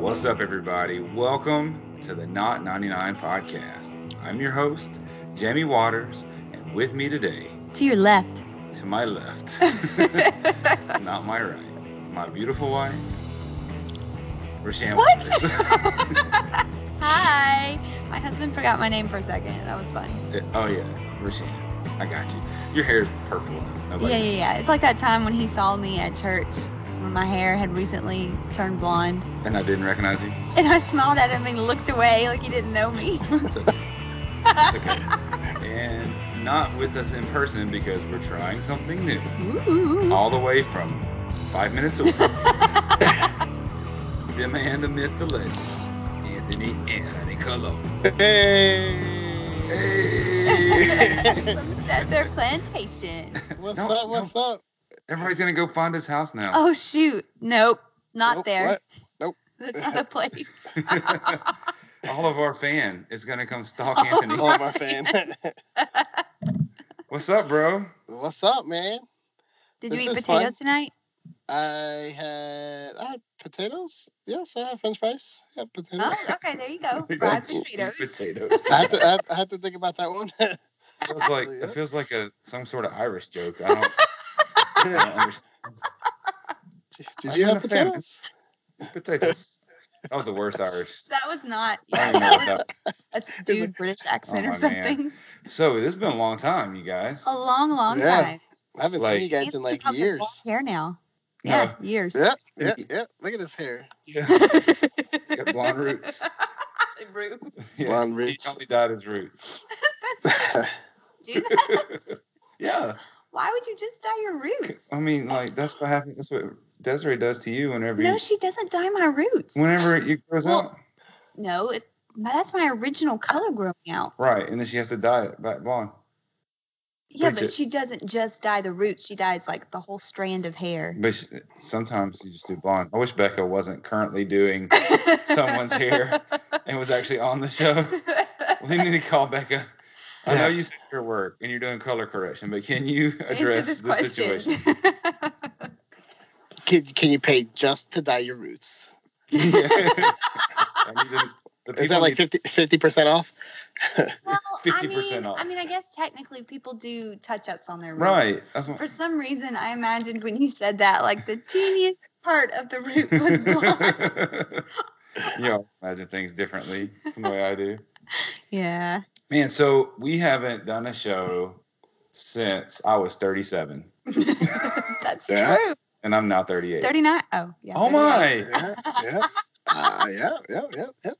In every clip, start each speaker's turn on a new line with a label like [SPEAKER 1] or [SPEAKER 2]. [SPEAKER 1] What's up, everybody? Welcome to the Not 99 podcast. I'm your host, Jamie Waters, and with me today,
[SPEAKER 2] To your left.
[SPEAKER 1] to my left, not my right, my beautiful wife, Rashan
[SPEAKER 2] What?
[SPEAKER 1] Waters.
[SPEAKER 2] Hi. My husband forgot my name for a second. That was fun.
[SPEAKER 1] oh, yeah, Rashan. I got you. Your hair is purple. Nobody
[SPEAKER 2] Yeah, yeah, yeah. It's like that time when he saw me at church when my hair had recently turned blonde.
[SPEAKER 1] yeah. And I didn't recognize you.
[SPEAKER 2] And I smiled at him and looked away like he didn't know me.
[SPEAKER 1] It's okay. It's okay. and not with us in person because we're trying something new.
[SPEAKER 2] Ooh.
[SPEAKER 1] all the way from five minutes away. the man, the myth, the legend, Anthony Anthony Colon.
[SPEAKER 3] Hey,
[SPEAKER 1] Hey!
[SPEAKER 2] From Chester Plantation.
[SPEAKER 3] what's
[SPEAKER 1] No,
[SPEAKER 3] up? What's up?
[SPEAKER 1] Everybody's gonna go find his house now.
[SPEAKER 2] Oh, shoot. Nope. Not
[SPEAKER 3] Nope,
[SPEAKER 2] there.
[SPEAKER 3] what?
[SPEAKER 2] That's not the place. Oh.
[SPEAKER 1] all of our fan is gonna come stalk Anthony.
[SPEAKER 3] Oh my fan.
[SPEAKER 1] What's up, bro?
[SPEAKER 3] what's up, man?
[SPEAKER 2] Did you
[SPEAKER 3] This
[SPEAKER 2] eat
[SPEAKER 3] is fun.
[SPEAKER 2] potatoes tonight?
[SPEAKER 3] I had I had potatoes. Yes, I had French fries. Yeah, potatoes.
[SPEAKER 2] Oh, okay. There you go. Fried potatoes.
[SPEAKER 1] Potatoes.
[SPEAKER 2] Oh.
[SPEAKER 3] I had to I had, I had to think about that one.
[SPEAKER 1] It feels like it feels like a some sort of Irish joke. I don't, I don't understand.
[SPEAKER 3] Did you
[SPEAKER 1] I'm
[SPEAKER 3] have
[SPEAKER 1] a fan.
[SPEAKER 3] potatoes?
[SPEAKER 1] Potatoes. That was the worst Irish.
[SPEAKER 2] That was not.
[SPEAKER 1] I don't know
[SPEAKER 2] That
[SPEAKER 1] what that-
[SPEAKER 2] was a dude British accent
[SPEAKER 1] Oh,
[SPEAKER 2] or
[SPEAKER 1] my man.
[SPEAKER 2] something.
[SPEAKER 1] So this has been a long time, you guys.
[SPEAKER 2] A long, long
[SPEAKER 3] Yeah.
[SPEAKER 2] time.
[SPEAKER 3] I haven't
[SPEAKER 1] Like-
[SPEAKER 3] seen you guys in like
[SPEAKER 2] Anthony has long
[SPEAKER 3] years.
[SPEAKER 2] Hair now.
[SPEAKER 1] No.
[SPEAKER 2] Yeah, years.
[SPEAKER 3] Yep, yep, yep. Look at his hair.
[SPEAKER 1] Yeah. He's got blonde roots.
[SPEAKER 2] Rude.
[SPEAKER 1] Yeah.
[SPEAKER 3] Blonde
[SPEAKER 1] He
[SPEAKER 3] roots.
[SPEAKER 1] only dyed his roots.
[SPEAKER 2] Do that?
[SPEAKER 1] Yeah.
[SPEAKER 2] Why would you just dye your roots?
[SPEAKER 1] I mean, like that's what happens. That's what Desiree does to you whenever
[SPEAKER 2] No,
[SPEAKER 1] you,
[SPEAKER 2] she doesn't dye my roots.
[SPEAKER 1] whenever it grows
[SPEAKER 2] Well-
[SPEAKER 1] out.
[SPEAKER 2] No, it, that's my original color growing out.
[SPEAKER 1] Right, and then she has to dye it back blonde.
[SPEAKER 2] Yeah,
[SPEAKER 1] Preach it.
[SPEAKER 2] but she doesn't just dye the roots. She dyes like the whole strand of hair.
[SPEAKER 1] But she, sometimes you just do blonde. I wish Becca wasn't currently doing someone's hair and was actually on the show. We need to call Becca. I know
[SPEAKER 3] Yeah.
[SPEAKER 1] you said your work and you're doing color correction, but can you address the situation?
[SPEAKER 3] Can, can you pay just to dye your roots?
[SPEAKER 1] Yeah. I need to- the
[SPEAKER 3] Is
[SPEAKER 1] people
[SPEAKER 3] that like
[SPEAKER 1] need-
[SPEAKER 3] 50 percent off?
[SPEAKER 2] Well,
[SPEAKER 1] 50%
[SPEAKER 2] I mean,
[SPEAKER 1] off.
[SPEAKER 2] I mean, I guess technically people do touch ups on their roots.
[SPEAKER 1] right? That's what,
[SPEAKER 2] For some reason, I imagined when you said that, like the teeniest part of the root was blonde.
[SPEAKER 1] you know, imagine things differently from the way I do.
[SPEAKER 2] yeah.
[SPEAKER 1] Man, so we haven't done a show since I was 37,
[SPEAKER 2] That's
[SPEAKER 3] Yeah.
[SPEAKER 2] true.
[SPEAKER 1] and I'm now 38.
[SPEAKER 2] 39. Oh, yeah.
[SPEAKER 1] oh
[SPEAKER 2] 39.
[SPEAKER 1] my!
[SPEAKER 3] Yeah, yeah. Uh, yeah, yeah, yeah, yeah.
[SPEAKER 1] I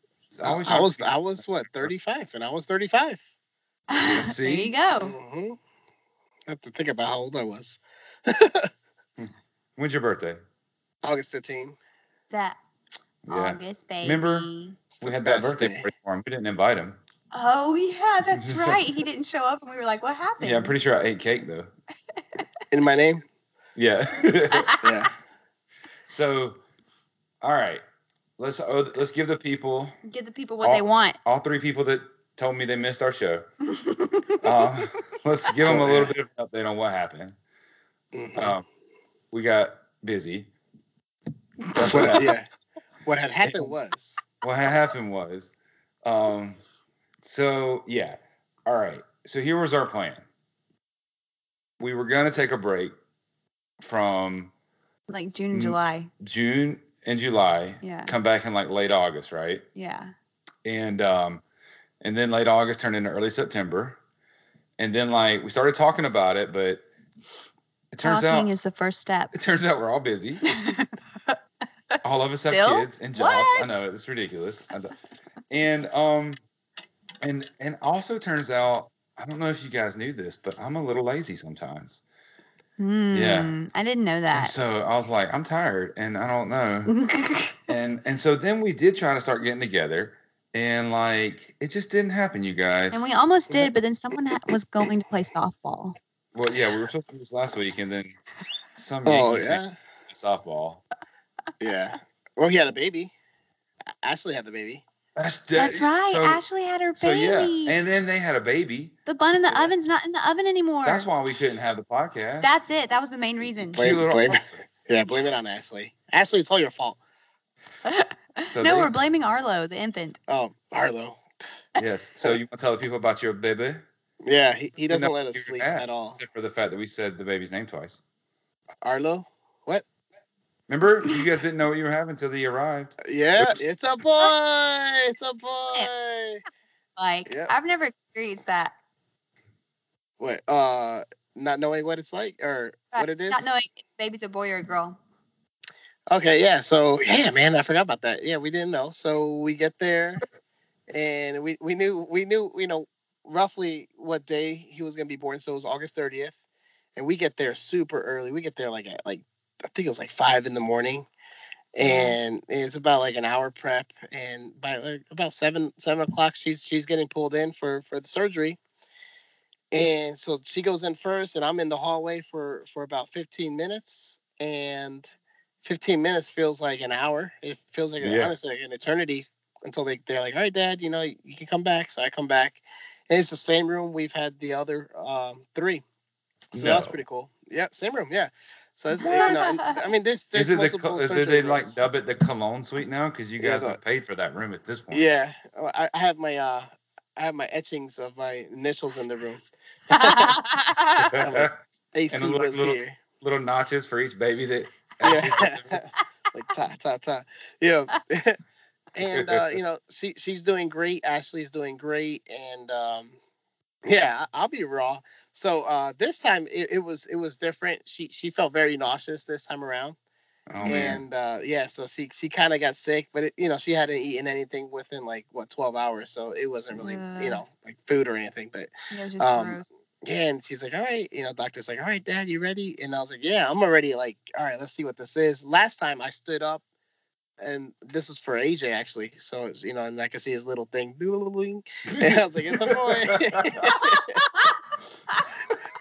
[SPEAKER 3] Oh, I
[SPEAKER 1] wish
[SPEAKER 3] was,
[SPEAKER 1] I
[SPEAKER 3] I
[SPEAKER 1] was-
[SPEAKER 3] was, what, 35, and I was 35.
[SPEAKER 2] there
[SPEAKER 1] See?
[SPEAKER 2] you go.
[SPEAKER 3] hmm I have to think about how old I was.
[SPEAKER 1] When's your birthday?
[SPEAKER 3] August 15.
[SPEAKER 2] That
[SPEAKER 1] Yeah,
[SPEAKER 2] August baby.
[SPEAKER 1] Remember? we had that
[SPEAKER 3] Best
[SPEAKER 1] birthday
[SPEAKER 3] day.
[SPEAKER 1] party for him. We didn't invite him.
[SPEAKER 2] Oh, yeah, that's
[SPEAKER 1] So-
[SPEAKER 2] right. He didn't show up, and we were like, what happened?
[SPEAKER 1] Yeah, I'm pretty sure I ate cake though.
[SPEAKER 3] In my name?
[SPEAKER 1] Yeah.
[SPEAKER 3] Yeah.
[SPEAKER 1] so, all right, let's oh, let's give the people
[SPEAKER 2] Give the people what
[SPEAKER 1] All-
[SPEAKER 2] they want.
[SPEAKER 1] all three people that told me they missed our show. um, let's give them a little bit of an update on what happened.
[SPEAKER 3] Mhm.
[SPEAKER 1] Um, we got busy.
[SPEAKER 3] what, yeah. What had happened was,
[SPEAKER 1] what had happened was, um, so yeah, all right. So here was our plan. We were gonna take a break from
[SPEAKER 2] Like June and
[SPEAKER 1] Mm.
[SPEAKER 2] July.
[SPEAKER 1] June and July,
[SPEAKER 2] Yeah.
[SPEAKER 1] come back in like late August, right?
[SPEAKER 2] Yeah.
[SPEAKER 1] And um, and then late August turned into early September, and then like we started talking about it, but it turns
[SPEAKER 2] Talking
[SPEAKER 1] out
[SPEAKER 2] is the first step.
[SPEAKER 1] it turns out we're all busy. all of us have
[SPEAKER 2] Still?
[SPEAKER 1] kids and jobs. I
[SPEAKER 2] What?
[SPEAKER 1] know it's ridiculous. I know. And um, and and also turns out I don't know if you guys knew this, but I'm a little lazy sometimes.
[SPEAKER 2] Hmm, I didn't know
[SPEAKER 1] And
[SPEAKER 2] that.
[SPEAKER 1] so I was like, I'm tired, and I don't know. and and so then we did try to start getting together, and like it just didn't happen, you guys.
[SPEAKER 2] And we almost did, but then someone ha- was going to play softball.
[SPEAKER 1] well, yeah, we were supposed to do this last week, and then some
[SPEAKER 3] oh,
[SPEAKER 1] Yankees fan
[SPEAKER 3] yeah.
[SPEAKER 1] played softball.
[SPEAKER 3] Yeah. Well, he had a baby. A- Ashley had the baby.
[SPEAKER 1] That's,
[SPEAKER 2] That's right.
[SPEAKER 1] So,
[SPEAKER 2] Ashley had her baby.
[SPEAKER 1] so yeah, and then they had a baby.
[SPEAKER 2] the bun in the oven's not in the oven anymore.
[SPEAKER 1] That's why we couldn't have the podcast.
[SPEAKER 2] That's it. That was the main reason.
[SPEAKER 1] Cute
[SPEAKER 3] Blame,
[SPEAKER 1] little-
[SPEAKER 3] blame, yeah, blame it on Ashley. Ashley, it's all your fault.
[SPEAKER 1] So
[SPEAKER 2] no,
[SPEAKER 1] they-
[SPEAKER 2] we're blaming Arlo, the infant.
[SPEAKER 3] Oh, Harlow.
[SPEAKER 1] yes. So you want to tell the people about your baby,
[SPEAKER 3] Yeah, he, he doesn't
[SPEAKER 1] No,
[SPEAKER 3] let us
[SPEAKER 1] you're
[SPEAKER 3] sleep
[SPEAKER 1] mad.
[SPEAKER 3] at all.
[SPEAKER 1] except for the fact that we said the baby's name twice.
[SPEAKER 3] Arlo?
[SPEAKER 1] Remember, you guys didn't know what you were having until he arrived.
[SPEAKER 3] Yeah,
[SPEAKER 1] Oops.
[SPEAKER 3] it's a boy. It's a boy.
[SPEAKER 2] Like
[SPEAKER 3] Yep.
[SPEAKER 2] I've never experienced that.
[SPEAKER 3] What? Uh, not knowing what it's like or what it is.
[SPEAKER 2] Not knowing if the baby's a boy or a girl.
[SPEAKER 3] Okay, yeah. So yeah, man, I forgot about that. Yeah, we didn't know. So we get there, and we we knew we knew you know roughly what day he was gonna be born. So it was August thirtieth, and we get there super early. We get there like at like I think it was like five in the morning, and it's about like an hour prep. And by like about seven seven o'clock, she's she's getting pulled in for for the surgery. And so she goes in first, and I'm in the hallway for for about fifteen minutes, and 15 minutes feels like an hour. It feels like
[SPEAKER 1] Yeah.
[SPEAKER 3] honestly like an eternity until they they're like, all right, Dad, you know you can come back. So I come back, and it's the same room we've had the other um, three. So that's
[SPEAKER 1] No.
[SPEAKER 3] pretty cool. Yep, same room. Yeah. So it's, you know, and- I mean, there's there's
[SPEAKER 1] Is it the
[SPEAKER 3] multiple
[SPEAKER 1] col- did
[SPEAKER 3] surgery
[SPEAKER 1] they like
[SPEAKER 3] rooms.
[SPEAKER 1] dub it the cologne suite now? Because you
[SPEAKER 3] Yeah,
[SPEAKER 1] guys
[SPEAKER 3] the-
[SPEAKER 1] have paid for that room at this point.
[SPEAKER 3] Yeah, I, I have my uh, I have my etchings of my initials in the room. AC
[SPEAKER 1] And a little-
[SPEAKER 3] was
[SPEAKER 1] little-
[SPEAKER 3] here.
[SPEAKER 1] Little notches for each baby that.
[SPEAKER 3] yeah. like ta ta ta. Yeah. and uh, you know, she she's doing great. Ashley's doing great, and um, yeah, I- I'll be raw. So uh, this time it, it was it was different. She she felt very nauseous this time around,
[SPEAKER 1] Oh man.
[SPEAKER 3] and uh, yeah, so she she kind of got sick, but it, you know she hadn't eaten anything within like what twelve hours, so it wasn't really
[SPEAKER 2] Yeah.
[SPEAKER 3] you know like food or anything, but
[SPEAKER 2] It was just
[SPEAKER 3] Um,
[SPEAKER 2] gross.
[SPEAKER 3] yeah, and she's like, all right, you know, doctor's like, all right, dad, you ready? And I was like, yeah, I'm already like, all right, let's see what this is. Last time I stood up, and this was for AJ actually, so it's, you know, and I could see his little thing, doodling. And I was like, it's a boy.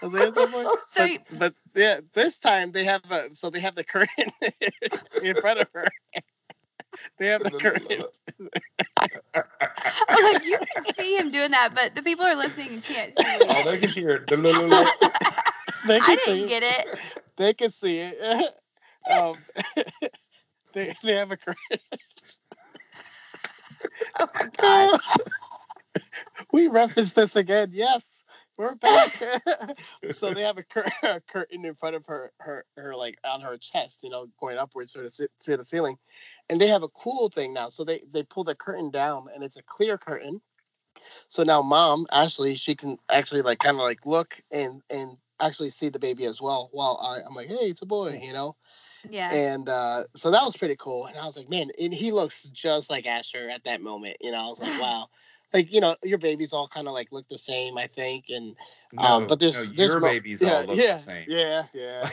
[SPEAKER 3] I was like, it's a boy.
[SPEAKER 2] So
[SPEAKER 3] But-
[SPEAKER 2] you-
[SPEAKER 3] But, yeah, this time they have a so they have the current in front of her. they have the current.
[SPEAKER 2] like you can see him doing that, but the people who are listening can't see it.
[SPEAKER 1] oh, they can hear it. The little- little-
[SPEAKER 3] They
[SPEAKER 2] I
[SPEAKER 3] can see
[SPEAKER 2] didn't get it.
[SPEAKER 3] They can see it. um, they they have a current.
[SPEAKER 2] Oh my god.
[SPEAKER 3] we referenced this again. Yes, we're back. so they have a, cur- a curtain in front of her, her, her, like on her chest, you know, going upwards sort of to, to the ceiling, and they have a cool thing now. So they they pull the curtain down, and it's a clear curtain. So now, mom, Ashley, she can actually like kind of like look and and actually see the baby as well. While I, I'm like, hey, it's a boy, you know.
[SPEAKER 2] Yeah.
[SPEAKER 3] And uh, so that was pretty cool. And I was like, man, and he looks just like Asher at that moment. You know, I was like, wow. Like, you know, your babies all kind of like look the same, I think. And
[SPEAKER 1] no,
[SPEAKER 3] Um, but there's-
[SPEAKER 1] no,
[SPEAKER 3] there's
[SPEAKER 1] your
[SPEAKER 3] mo-
[SPEAKER 1] babies
[SPEAKER 3] yeah,
[SPEAKER 1] all look
[SPEAKER 3] yeah,
[SPEAKER 1] the same.
[SPEAKER 3] yeah, yeah.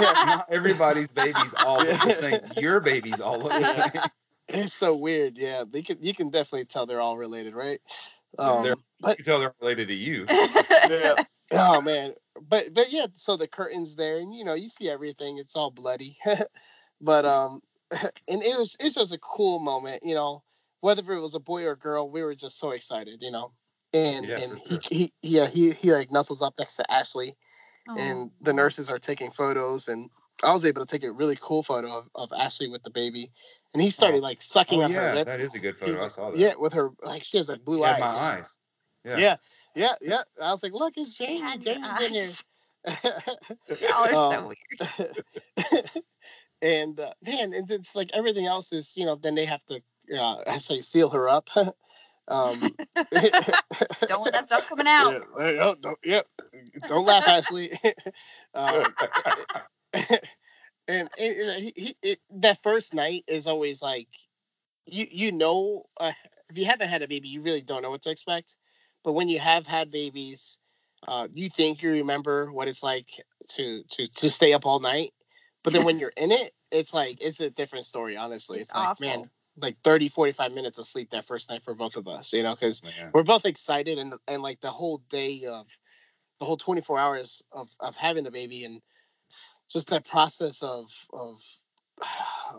[SPEAKER 1] Not everybody's babies all look the same. Your babies all look the same.
[SPEAKER 3] It's so weird. Yeah. They can you can definitely tell they're all related, right?
[SPEAKER 1] They're-
[SPEAKER 3] Um,
[SPEAKER 1] You can tell they're related to you.
[SPEAKER 3] yeah. Oh man. But but yeah, so the curtains there and you know, you see everything, it's all bloody. but um and it was it's just a cool moment, you know. Whether it was a boy or a girl, we were just so excited, you know. And
[SPEAKER 1] Yeah,
[SPEAKER 3] and
[SPEAKER 1] for sure.
[SPEAKER 3] he, he yeah, he he like nuzzles up next to Ashley
[SPEAKER 2] Oh,
[SPEAKER 3] and the nurses are taking photos and I was able to take a really cool photo of, of Ashley with the baby and he started
[SPEAKER 1] Oh.
[SPEAKER 3] like sucking
[SPEAKER 1] Oh,
[SPEAKER 3] up her
[SPEAKER 1] yeah,
[SPEAKER 3] lip.
[SPEAKER 1] that is a good
[SPEAKER 3] He's
[SPEAKER 1] photo. I
[SPEAKER 3] like-
[SPEAKER 1] saw that.
[SPEAKER 3] Yeah, with her like she has like blue
[SPEAKER 1] You had
[SPEAKER 3] eyes.
[SPEAKER 1] my
[SPEAKER 3] you know?
[SPEAKER 1] eyes. Yeah.
[SPEAKER 3] Yeah, yeah, yeah. I was like, look, it's
[SPEAKER 2] She
[SPEAKER 3] Jamie.
[SPEAKER 2] had your
[SPEAKER 3] Jamie's in
[SPEAKER 2] eyes.
[SPEAKER 3] here.
[SPEAKER 2] Y'all are so
[SPEAKER 3] Um,
[SPEAKER 2] weird.
[SPEAKER 3] and uh, man, and it's like everything else is, you know, then they have to, uh, I say, seal her up. um,
[SPEAKER 2] Don't let that stuff coming out.
[SPEAKER 3] Yeah, like, oh, don't, yep. Don't laugh, Ashley. um, and and, you know, he, he, it, that first night is always like, you you know, uh, if you haven't had a baby, you really don't know what to expect. But when you have had babies, uh, you think you remember what it's like to to to stay up all night. But then when you're in it, it's like it's a different story. Honestly, it's,
[SPEAKER 2] It's
[SPEAKER 3] like
[SPEAKER 2] awful.
[SPEAKER 3] man, like 30, 45 minutes of sleep that first night for both of us. You know, because
[SPEAKER 1] Man.
[SPEAKER 3] we're both excited and and like the whole day of the whole 24 hours of of having the baby and just that process of of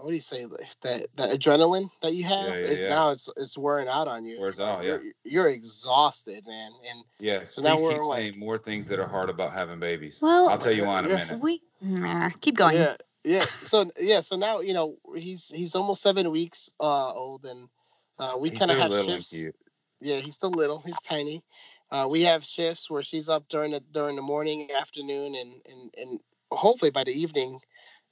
[SPEAKER 3] what do you say like, that that adrenaline that you have
[SPEAKER 1] Yeah, yeah,
[SPEAKER 3] it-
[SPEAKER 1] yeah.
[SPEAKER 3] now it's it's wearing out on you.
[SPEAKER 1] Wears out, yeah.
[SPEAKER 3] You're, you're exhausted, man. And
[SPEAKER 1] Yeah. So
[SPEAKER 3] So now
[SPEAKER 1] please
[SPEAKER 3] we're
[SPEAKER 1] keep
[SPEAKER 3] like-
[SPEAKER 1] saying more things that are hard about having babies.
[SPEAKER 2] Well-
[SPEAKER 1] I'll tell you why in a
[SPEAKER 3] Yeah.
[SPEAKER 1] minute.
[SPEAKER 2] We nah, keep going.
[SPEAKER 3] Yeah, yeah. So yeah, so now you know he's he's almost seven weeks uh, old, and uh, we
[SPEAKER 1] He's
[SPEAKER 3] kind of
[SPEAKER 1] so
[SPEAKER 3] have
[SPEAKER 1] little and
[SPEAKER 3] shifts.
[SPEAKER 1] cute.
[SPEAKER 3] Yeah, he's still little. He's tiny. Uh, we have shifts where she's up during the during the morning, afternoon, and and and hopefully by the evening,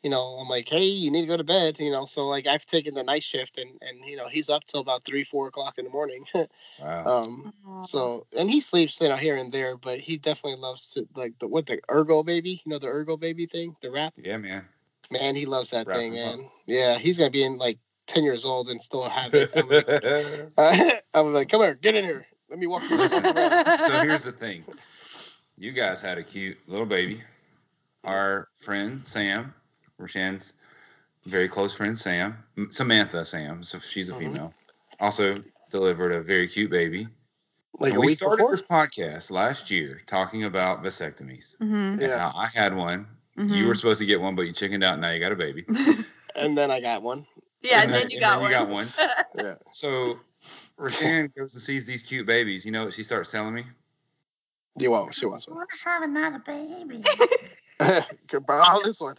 [SPEAKER 3] you know, I'm like, hey, you need to go to bed, you know. So like I've taken the night shift, and and you know he's up till about three four o'clock in the morning.
[SPEAKER 1] Wow.
[SPEAKER 3] um, so and he sleeps you know here and there, but he definitely loves to like the what the ergo baby, you know, the ergo baby thing, the wrap.
[SPEAKER 1] yeah, man.
[SPEAKER 3] Man, he loves that
[SPEAKER 1] Wrap
[SPEAKER 3] thing,
[SPEAKER 1] him up.
[SPEAKER 3] man. Yeah, he's gonna be in like ten years old and still have it. I'm like,
[SPEAKER 1] Listen,
[SPEAKER 3] I'm like, come here, get in here. Let me walk you. through this."
[SPEAKER 1] so here's the thing. You guys had a cute little baby. Our friend Sam, Roshan's very close friend Sam, M- Samantha Sam. So she's a
[SPEAKER 3] Mhm.
[SPEAKER 1] female. Also delivered a very cute baby.
[SPEAKER 3] like
[SPEAKER 1] and we started this podcast last year talking about vasectomies.
[SPEAKER 2] Mm-hmm,
[SPEAKER 1] And how
[SPEAKER 3] Yeah.
[SPEAKER 1] I had one.
[SPEAKER 2] hmm
[SPEAKER 1] You were supposed to get one, but you chickened out. Now you got a baby.
[SPEAKER 3] and then I got one.
[SPEAKER 1] and
[SPEAKER 2] yeah, and
[SPEAKER 1] then-
[SPEAKER 2] then you
[SPEAKER 1] and
[SPEAKER 2] got
[SPEAKER 1] then you got one.
[SPEAKER 3] Yeah.
[SPEAKER 1] So Roshan goes and sees these cute babies. You know what she starts telling me?
[SPEAKER 3] You won't. She wants one.
[SPEAKER 1] want to have another baby.
[SPEAKER 3] Could borrow this one.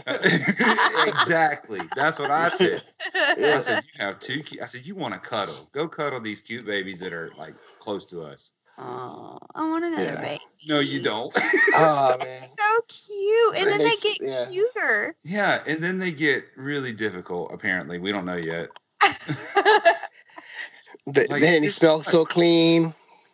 [SPEAKER 1] exactly. That's what I said. I
[SPEAKER 3] Yes.
[SPEAKER 1] said you have two. cu- I said you want to cuddle. Go cuddle these cute babies that are like close to us.
[SPEAKER 2] oh, I want another
[SPEAKER 3] Yeah.
[SPEAKER 2] baby.
[SPEAKER 1] No, you don't.
[SPEAKER 3] oh man.
[SPEAKER 2] So cute, and
[SPEAKER 3] It
[SPEAKER 2] then
[SPEAKER 3] makes-
[SPEAKER 2] they get
[SPEAKER 3] yeah.
[SPEAKER 2] cuter.
[SPEAKER 1] yeah, and then they get really difficult. Apparently, we don't know yet.
[SPEAKER 3] Th-
[SPEAKER 1] Like,
[SPEAKER 3] then he
[SPEAKER 1] it's-
[SPEAKER 3] smells so clean.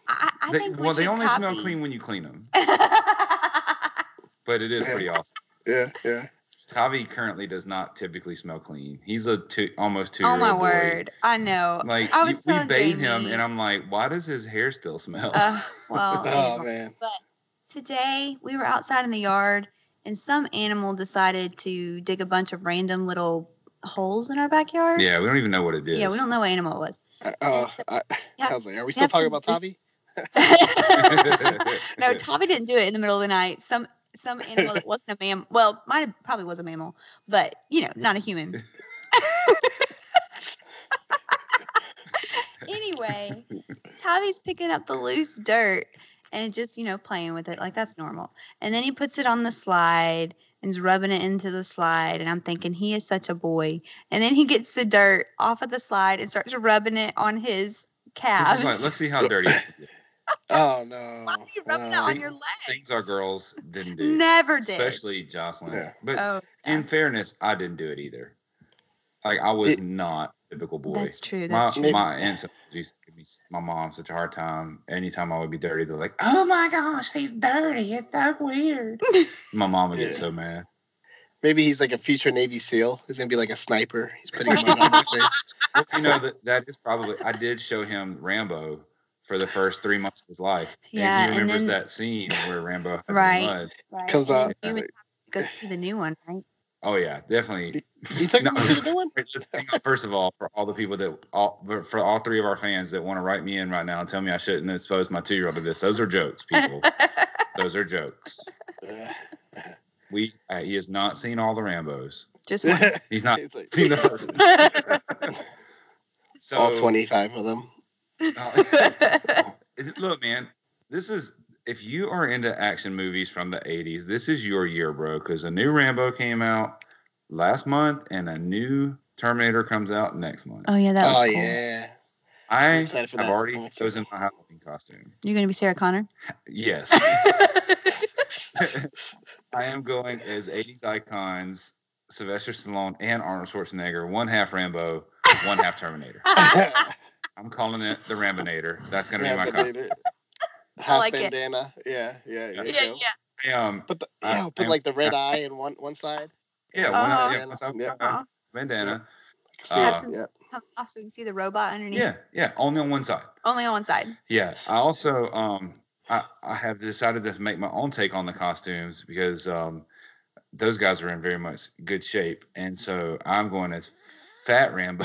[SPEAKER 2] I, I
[SPEAKER 1] They-
[SPEAKER 2] think we
[SPEAKER 1] well, they
[SPEAKER 2] should
[SPEAKER 1] only smell
[SPEAKER 2] copy-
[SPEAKER 1] clean when you clean them,
[SPEAKER 2] oh,
[SPEAKER 1] but it is
[SPEAKER 3] Yeah.
[SPEAKER 1] pretty awesome.
[SPEAKER 3] Yeah, yeah.
[SPEAKER 1] Tavi currently does not typically smell clean. He's a two, almost two.
[SPEAKER 2] Oh my word! I know.
[SPEAKER 1] Like
[SPEAKER 2] I
[SPEAKER 1] you-
[SPEAKER 2] was
[SPEAKER 1] we
[SPEAKER 2] telling
[SPEAKER 1] bathe him,
[SPEAKER 2] Jamie-
[SPEAKER 1] and I'm like, why does his hair still smell?
[SPEAKER 2] Uh, well,
[SPEAKER 3] Oh man.
[SPEAKER 2] today we were outside in the yard and some animal decided to dig a bunch of random little holes in our backyard.
[SPEAKER 1] yeah, we don't even know what it is.
[SPEAKER 2] Yeah, we don't know what animal it was.
[SPEAKER 3] I- Oh, I, I was like, are we still
[SPEAKER 2] have
[SPEAKER 3] talking
[SPEAKER 2] some
[SPEAKER 3] about Tavi?
[SPEAKER 2] boots. no, Tommy didn't do it in the middle of the night. Some some animal that wasn't a mammal. Well, might have, probably was a mammal, but you know, not a human. anyway, Tommy's picking up the loose dirt and just you know playing with it like that's normal. And then he puts it on the slide and is rubbing it into the slide. And I'm thinking he is such a boy. And then he gets the dirt off of the slide and starts rubbing it on
[SPEAKER 1] This
[SPEAKER 2] his calves.
[SPEAKER 1] is like, let's see how dirty it is.
[SPEAKER 3] Oh no.
[SPEAKER 2] Why are you rubbing it on
[SPEAKER 3] No.
[SPEAKER 2] your legs?
[SPEAKER 1] Uh, things our girls didn't do.
[SPEAKER 2] Never did.
[SPEAKER 1] especially Jocelyn.
[SPEAKER 3] Yeah.
[SPEAKER 1] But
[SPEAKER 2] oh,
[SPEAKER 1] in fairness, I didn't do it either. Like I was
[SPEAKER 3] It-
[SPEAKER 1] not a typical boy.
[SPEAKER 2] that's true.
[SPEAKER 1] My,
[SPEAKER 2] That's true.
[SPEAKER 1] my aunts used to give me my mom such a hard time. Anytime I would be dirty, they're like, "Oh my gosh, he's dirty. It's so weird." my mom would get
[SPEAKER 3] Yeah.
[SPEAKER 1] so mad.
[SPEAKER 3] Maybe he's like a future Navy SEAL. He's gonna be like a sniper. He's putting him on his face.
[SPEAKER 1] You know that that is probably. I did show him Rambo for the first three months of his life,
[SPEAKER 2] Yeah,
[SPEAKER 1] and
[SPEAKER 2] and
[SPEAKER 1] he remembers
[SPEAKER 2] then-
[SPEAKER 1] that scene where Rambo has the
[SPEAKER 2] Right.
[SPEAKER 1] mud.
[SPEAKER 2] Right.
[SPEAKER 3] Comes
[SPEAKER 2] And
[SPEAKER 3] out.
[SPEAKER 2] then
[SPEAKER 1] Yeah.
[SPEAKER 2] You would go see the new one, right?
[SPEAKER 1] Oh yeah, definitely.
[SPEAKER 3] You took
[SPEAKER 1] No.
[SPEAKER 3] him to see the new one?
[SPEAKER 1] It's just- hang on, First of all, for all the people that all for- for all three of our fans that want to write me in right now and tell me I shouldn't expose my two year old to this, those are jokes, people. those are jokes.
[SPEAKER 3] Yeah.
[SPEAKER 1] We uh, he has not seen all the Rambo's.
[SPEAKER 2] Just one.
[SPEAKER 1] He's not
[SPEAKER 3] It's like-
[SPEAKER 1] seen the first. one. So
[SPEAKER 3] all 25 of them.
[SPEAKER 1] uh, is- look, man, this is if you are into action movies from the '80s, this is your year, bro. Because a new Rambo came out last month, and a new Terminator comes out next month.
[SPEAKER 2] oh yeah, that was
[SPEAKER 3] Oh
[SPEAKER 2] cool.
[SPEAKER 3] yeah.
[SPEAKER 1] I
[SPEAKER 3] I'm
[SPEAKER 1] have
[SPEAKER 3] excited for that.
[SPEAKER 1] already
[SPEAKER 3] I'm excited.
[SPEAKER 1] chosen my Halloween costume.
[SPEAKER 2] You're gonna be Sarah Connor.
[SPEAKER 1] Yes, I am going as '80s icons Sylvester Stallone and Arnold Schwarzenegger, one half Rambo, one half Terminator.
[SPEAKER 2] Uh,
[SPEAKER 1] I'm calling it the Rambinator. That's gonna be my costume.
[SPEAKER 3] Bandana. Half
[SPEAKER 2] like it.
[SPEAKER 3] bandana. Yeah, yeah, yeah.
[SPEAKER 1] Yeah,
[SPEAKER 3] yeah.
[SPEAKER 1] I, um,
[SPEAKER 3] But the,
[SPEAKER 1] I-
[SPEAKER 3] yeah, put
[SPEAKER 1] I'm-
[SPEAKER 3] like the red eye in one one side.
[SPEAKER 1] yeah, one half-
[SPEAKER 2] Oh.
[SPEAKER 1] yeah, once I've
[SPEAKER 3] Yeah.
[SPEAKER 1] got my bandana.
[SPEAKER 2] You have
[SPEAKER 1] Uh,
[SPEAKER 2] some
[SPEAKER 3] yeah.
[SPEAKER 2] come off so we can see the robot underneath.
[SPEAKER 1] Yeah, yeah, only on one side.
[SPEAKER 2] Only on one side.
[SPEAKER 1] Yeah, I also um I, I have decided to make my own take on the costumes because um those guys are in very much good shape, and so I'm going as Fat Rambo,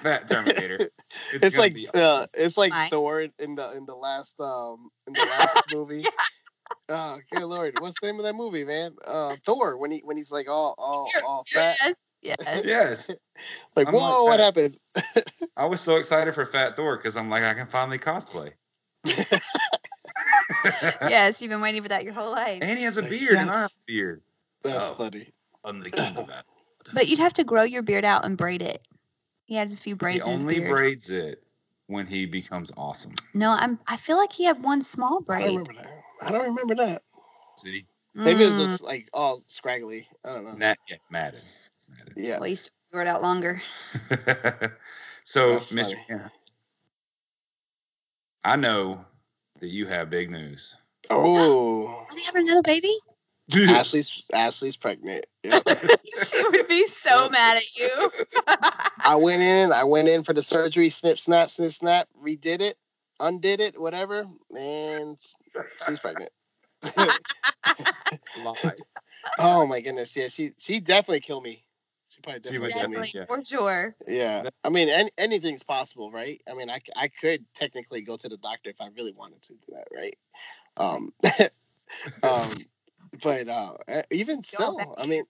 [SPEAKER 1] Fat Terminator.
[SPEAKER 3] It's,
[SPEAKER 1] gonna
[SPEAKER 3] like
[SPEAKER 1] be-
[SPEAKER 3] uh, it's like
[SPEAKER 2] Right.
[SPEAKER 3] Thor in the in the last um in the last movie. Oh, good lord! What's the name of that movie, man? Uh, Thor. When he when he's like all all all fat.
[SPEAKER 2] Yes, yes.
[SPEAKER 1] Yes.
[SPEAKER 3] Like
[SPEAKER 1] I'm
[SPEAKER 3] whoa,
[SPEAKER 1] like
[SPEAKER 3] what
[SPEAKER 1] that.
[SPEAKER 3] happened?
[SPEAKER 1] I was so excited for Fat Thor because I'm like, I can finally cosplay.
[SPEAKER 2] yes, you've been waiting for that your whole life.
[SPEAKER 1] And he has a
[SPEAKER 3] Like,
[SPEAKER 1] beard, and I have
[SPEAKER 3] yes.
[SPEAKER 1] a beard.
[SPEAKER 3] That's
[SPEAKER 1] Oh.
[SPEAKER 3] funny.
[SPEAKER 1] I'm the king of that.
[SPEAKER 2] But you'd have to grow your beard out and braid it. He has a few braids
[SPEAKER 1] he
[SPEAKER 2] in his
[SPEAKER 1] only
[SPEAKER 2] beard.
[SPEAKER 1] braids it when he becomes awesome.
[SPEAKER 2] no, I'm. I feel like he had one small
[SPEAKER 3] I
[SPEAKER 2] braid.
[SPEAKER 3] don't remember that. I don't remember that.
[SPEAKER 1] See,
[SPEAKER 3] Maybe it was
[SPEAKER 2] Mm.
[SPEAKER 3] just like all scraggly. I don't know.
[SPEAKER 1] not yet Madden. It's
[SPEAKER 3] Yeah.
[SPEAKER 2] Well, he used to grow it out longer.
[SPEAKER 1] Madden. so,
[SPEAKER 3] That's
[SPEAKER 1] Mr.
[SPEAKER 3] funny.
[SPEAKER 1] Kent, I know that you have big news.
[SPEAKER 3] Oh.
[SPEAKER 2] Are they having another baby?
[SPEAKER 3] Ashley's Ashley's pregnant. Yeah.
[SPEAKER 2] she would be so mad at you.
[SPEAKER 3] I went in. I went in for the surgery. Snip, snap, snip, snap. Redid it, undid it, whatever. And she's pregnant.
[SPEAKER 1] Lie.
[SPEAKER 3] oh my goodness. Yeah. She she definitely killed me. She probably
[SPEAKER 1] She
[SPEAKER 3] definitely
[SPEAKER 1] would
[SPEAKER 3] killed me.
[SPEAKER 2] Definitely,
[SPEAKER 1] yeah.
[SPEAKER 2] for sure.
[SPEAKER 3] Yeah. I mean, any, anything's possible, right? I mean, I, c- I could technically go to the doctor if I really wanted to do that, right? Um, um, but uh, eh, even still, I mean,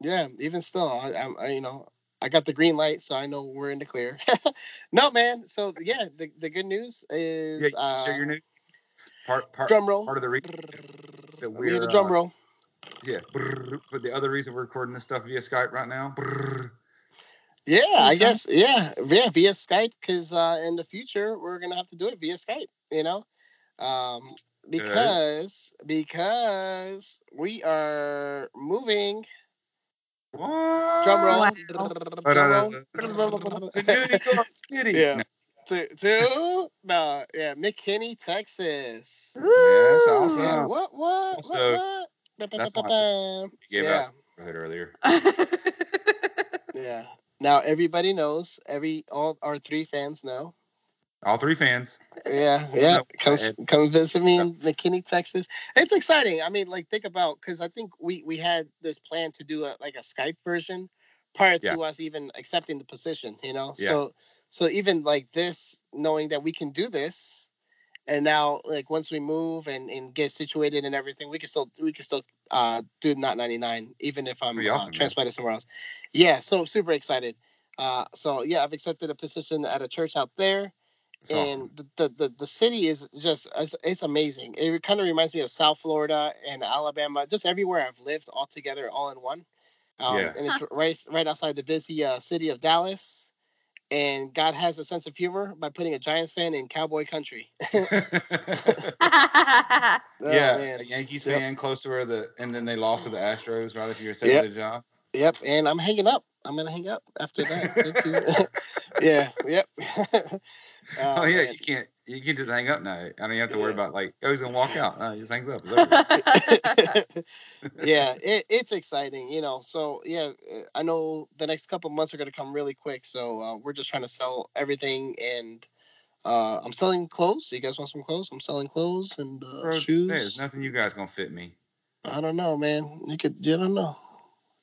[SPEAKER 3] yeah, even still, I, I'm- I, you know, I got the green light, so I know we're in the clear. no, man. So yeah, the, the good news
[SPEAKER 1] Yeah,
[SPEAKER 3] is
[SPEAKER 1] so
[SPEAKER 3] uh,
[SPEAKER 1] your news. Part, part,
[SPEAKER 3] drum roll.
[SPEAKER 1] part of the reason. that
[SPEAKER 3] We hear
[SPEAKER 1] we're,
[SPEAKER 3] the drum
[SPEAKER 1] uh,
[SPEAKER 3] roll.
[SPEAKER 1] Yeah. brrr, But the other reason we're recording this stuff via Skype right now. brrr,
[SPEAKER 3] Yeah,
[SPEAKER 1] Mm-hmm.
[SPEAKER 3] I
[SPEAKER 2] Mhm.
[SPEAKER 3] guess. Yeah, yeah, via Skype because uh, in the future we're gonna have to do it via Skype. You know, um, because because we are moving.
[SPEAKER 1] What?
[SPEAKER 3] Drum roll.
[SPEAKER 2] Wow.
[SPEAKER 3] Drum roll.
[SPEAKER 1] To New York City.
[SPEAKER 3] yeah. To, to no, yeah, McKinney, Texas.
[SPEAKER 1] Mm, Yes, awesome.
[SPEAKER 3] Yeah, what, what, what,
[SPEAKER 1] Also,
[SPEAKER 3] what? Ba- ba-
[SPEAKER 1] that's
[SPEAKER 3] ba-
[SPEAKER 1] my-
[SPEAKER 3] ba- ba.
[SPEAKER 1] You gave
[SPEAKER 3] yeah.
[SPEAKER 1] out the neighborhood earlier.
[SPEAKER 3] Yeah. Now everybody knows. Every all our three fans know.
[SPEAKER 1] All three fans.
[SPEAKER 3] Yeah, yeah.
[SPEAKER 1] No,
[SPEAKER 3] Come
[SPEAKER 1] it-
[SPEAKER 3] come visit me in McKinney, Texas. It's exciting. I mean, like think about because I think we we had this plan to do a like a Skype version prior to
[SPEAKER 1] Yeah.
[SPEAKER 3] us even accepting the position. You know,
[SPEAKER 1] Yeah.
[SPEAKER 3] so so even like this, knowing that we can do this, and now like once we move and and get situated and everything, we can still we can still uh do not ninety nine even if I'm
[SPEAKER 1] Pretty awesome,
[SPEAKER 3] uh,
[SPEAKER 1] man.
[SPEAKER 3] transplanted somewhere else. Yeah, so super excited. Uh, so yeah, I've accepted a position at a church out there
[SPEAKER 1] It's
[SPEAKER 3] and
[SPEAKER 1] awesome.
[SPEAKER 3] the, the, the the city is just it's, it's amazing. It kind of reminds me of South Florida and Alabama, just everywhere I've lived, all together, all in one. Um,
[SPEAKER 1] Yeah.
[SPEAKER 3] And it's right right outside the busy uh, city of Dallas. And God has a sense of humor by putting a Giants fan in cowboy country. Oh,
[SPEAKER 1] yeah,
[SPEAKER 3] man.
[SPEAKER 1] a Yankees
[SPEAKER 3] Yep. Oh.
[SPEAKER 1] fan close to where the and then they lost to the Astros right after you accepted
[SPEAKER 3] Yep.
[SPEAKER 1] the job.
[SPEAKER 3] Yep. And I'm hanging up. I'm gonna hang up after that. Thank you. yeah. Yep.
[SPEAKER 1] Oh,
[SPEAKER 3] Oh,
[SPEAKER 1] yeah,
[SPEAKER 3] man.
[SPEAKER 1] you can't you can just hang up now. I don't have to worry
[SPEAKER 3] Yeah.
[SPEAKER 1] about like oh he's gonna walk out. No, he just hangs up. It's over.
[SPEAKER 3] yeah, it, it's exciting, you know. So yeah, uh, I know the next couple months are gonna come really quick. So uh, we're just trying to sell everything, and uh, I'm selling clothes. You guys want some clothes? I'm selling clothes and uh,
[SPEAKER 1] Bro,
[SPEAKER 3] shoes.
[SPEAKER 1] There's nothing you guys gonna fit me.
[SPEAKER 3] I don't know, man. You could, you don't know.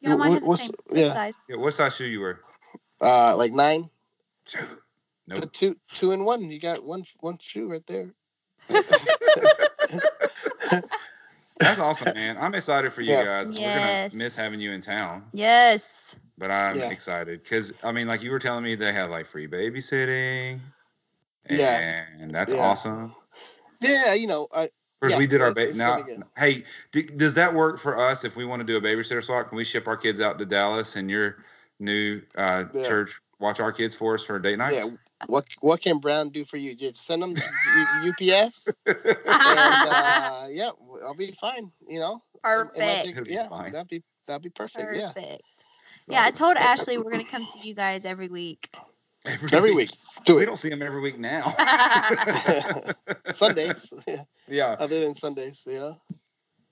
[SPEAKER 2] Y'all might
[SPEAKER 3] What-
[SPEAKER 2] have the
[SPEAKER 3] what's-
[SPEAKER 2] same
[SPEAKER 3] yeah.
[SPEAKER 2] size.
[SPEAKER 1] Yeah, what size shoe you wear?
[SPEAKER 3] Uh, like nine,
[SPEAKER 1] Nope.
[SPEAKER 3] but two, two and one. You got one, one shoe right there.
[SPEAKER 1] That's awesome, man. I'm excited for you
[SPEAKER 3] Yeah.
[SPEAKER 1] guys.
[SPEAKER 2] Yes.
[SPEAKER 1] We're gonna miss having you in town.
[SPEAKER 2] Yes.
[SPEAKER 1] But I'm
[SPEAKER 3] Yeah.
[SPEAKER 1] excited because I mean, like you were telling me, they had like free babysitting.
[SPEAKER 3] Yeah.
[SPEAKER 1] and that's
[SPEAKER 3] Yeah.
[SPEAKER 1] awesome.
[SPEAKER 3] Yeah, you know, I,
[SPEAKER 1] Of course,
[SPEAKER 3] Yeah,
[SPEAKER 1] we did our
[SPEAKER 3] it-
[SPEAKER 1] ba-
[SPEAKER 3] it's
[SPEAKER 1] now.
[SPEAKER 3] gonna be good.
[SPEAKER 1] Hey, d- does that work for us if we want to do a babysitter swap? Can we ship our kids out to Dallas and your new uh,
[SPEAKER 3] Yeah.
[SPEAKER 1] church watch our kids for us for date nights?
[SPEAKER 3] yeah. What what can Brown do for you? Just send them UPS. and
[SPEAKER 2] Perfect.
[SPEAKER 3] uh, yeah, w- I'll be fine. You know, It- it might take-
[SPEAKER 1] It'll be
[SPEAKER 3] yeah,
[SPEAKER 1] fine.
[SPEAKER 3] that'd be that'd be perfect. Yeah,
[SPEAKER 2] Perfect. Yeah, I told Ashley we're gonna come see you guys every week.
[SPEAKER 1] every,
[SPEAKER 3] every week, do
[SPEAKER 1] We
[SPEAKER 3] it
[SPEAKER 1] don't see them every week now.
[SPEAKER 3] Sundays.
[SPEAKER 1] yeah,
[SPEAKER 3] Other than Sundays, you know.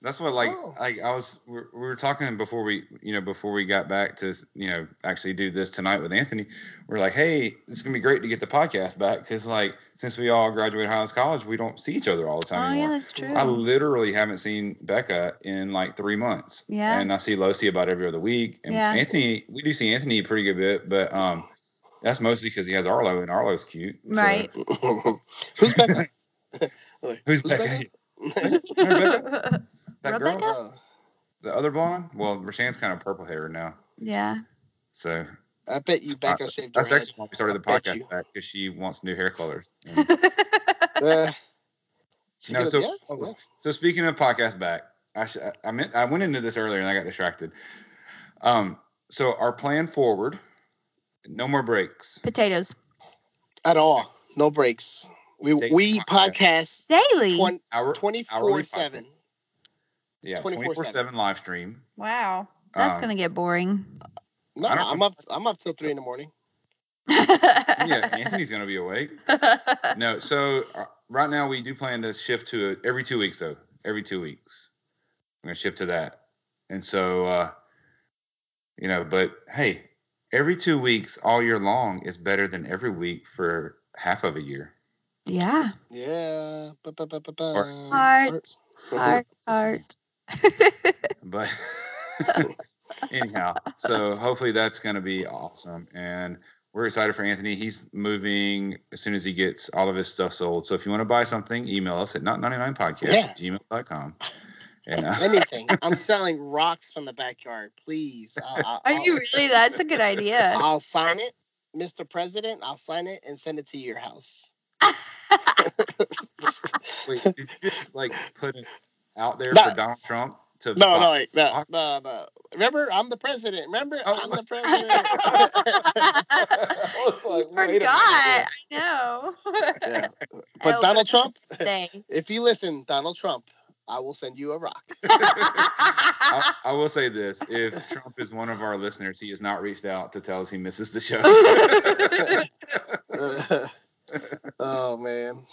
[SPEAKER 1] That's what like
[SPEAKER 3] Oh.
[SPEAKER 1] I, I was we we were talking before we you know before we got back to you know actually do this tonight with Anthony. We're like, hey, it's gonna be great to get the podcast back because like since we all graduated Highlands College, we don't see each other all the time
[SPEAKER 2] Oh yeah,
[SPEAKER 1] anymore.
[SPEAKER 2] that's true.
[SPEAKER 1] I literally haven't seen Becca in like three months.
[SPEAKER 2] Yeah.
[SPEAKER 1] and I see Losi about every other week. And
[SPEAKER 2] Yeah.
[SPEAKER 1] Anthony, we do see Anthony a pretty good bit, but um, that's mostly because he has Arlo and Arlo's cute. So,
[SPEAKER 2] Right.
[SPEAKER 3] Who's Becca?
[SPEAKER 1] Who's
[SPEAKER 3] Who's
[SPEAKER 1] Becca?
[SPEAKER 3] Becca?
[SPEAKER 1] Rebecca? That girl,
[SPEAKER 2] Rebecca?
[SPEAKER 3] Uh,
[SPEAKER 1] the other blonde. Well, Rashan's kind of purple hair now,
[SPEAKER 2] Yeah.
[SPEAKER 1] so
[SPEAKER 3] I bet you Becca shaved her
[SPEAKER 1] Uh, that's
[SPEAKER 3] head.
[SPEAKER 1] actually why we started the
[SPEAKER 3] I bet you.
[SPEAKER 1] podcast back because she wants new hair colors.
[SPEAKER 3] Uh, she
[SPEAKER 1] No,
[SPEAKER 3] could've-
[SPEAKER 1] so-
[SPEAKER 3] yeah,
[SPEAKER 1] oh,
[SPEAKER 3] yeah.
[SPEAKER 1] So speaking of podcast back, I sh- I meant I went into this earlier and I got distracted. Um, so our plan forward, no more breaks.
[SPEAKER 2] Potatoes.
[SPEAKER 3] At all, no breaks. We
[SPEAKER 1] Daily
[SPEAKER 3] we podcast
[SPEAKER 1] podcast.
[SPEAKER 2] Daily.
[SPEAKER 3] 20,
[SPEAKER 1] Hour
[SPEAKER 3] 24 seven.
[SPEAKER 1] yeah,
[SPEAKER 3] 24/7.
[SPEAKER 1] twenty four seven live stream.
[SPEAKER 2] Wow. That's
[SPEAKER 1] Um,
[SPEAKER 2] going to get boring.
[SPEAKER 3] No,
[SPEAKER 1] I don't
[SPEAKER 3] I'm up. I'm up till three in the morning.
[SPEAKER 1] Yeah, Anthony's gonna be awake. No, so uh, right now we do plan to shift to it every two weeks though. Every two weeks, we're gonna shift to that, and so uh, you know. But hey, every two weeks all year long is better than every week for half of a year.
[SPEAKER 2] yeah.
[SPEAKER 3] Yeah. Ba, ba, ba, ba, ba.
[SPEAKER 2] Heart. Heart, heart.
[SPEAKER 1] but anyhow so hopefully that's going to be awesome and we're excited for anthony he's moving as soon as he gets all of his stuff sold so if you want to buy something email us at not 99 podcast
[SPEAKER 3] Yeah.
[SPEAKER 1] gmail.com and uh,
[SPEAKER 3] Anything. I'm selling rocks from the backyard. Please. I'll, I'll,
[SPEAKER 2] Are you really? That's a good idea.
[SPEAKER 3] I'll, I'll sign it, Mr. President. I'll sign it and send it to your house.
[SPEAKER 1] wait, did you just like put it out there
[SPEAKER 3] No.
[SPEAKER 1] for donald trump to
[SPEAKER 3] No,
[SPEAKER 1] buy-
[SPEAKER 3] no, wait, no, no, no. Remember, I'm the president. Remember,
[SPEAKER 1] Oh.
[SPEAKER 3] I'm the president.
[SPEAKER 2] I
[SPEAKER 1] I was like,
[SPEAKER 2] forgot.
[SPEAKER 1] wait a minute.
[SPEAKER 2] I know.
[SPEAKER 3] yeah.
[SPEAKER 2] I
[SPEAKER 3] But
[SPEAKER 2] will
[SPEAKER 3] Donald Trump,
[SPEAKER 2] Say.
[SPEAKER 3] if you listen, Donald Trump, I will send you a rock.
[SPEAKER 1] I, I will say this if trump is one of our listeners he has not reached out to tell us he misses the show
[SPEAKER 3] oh man,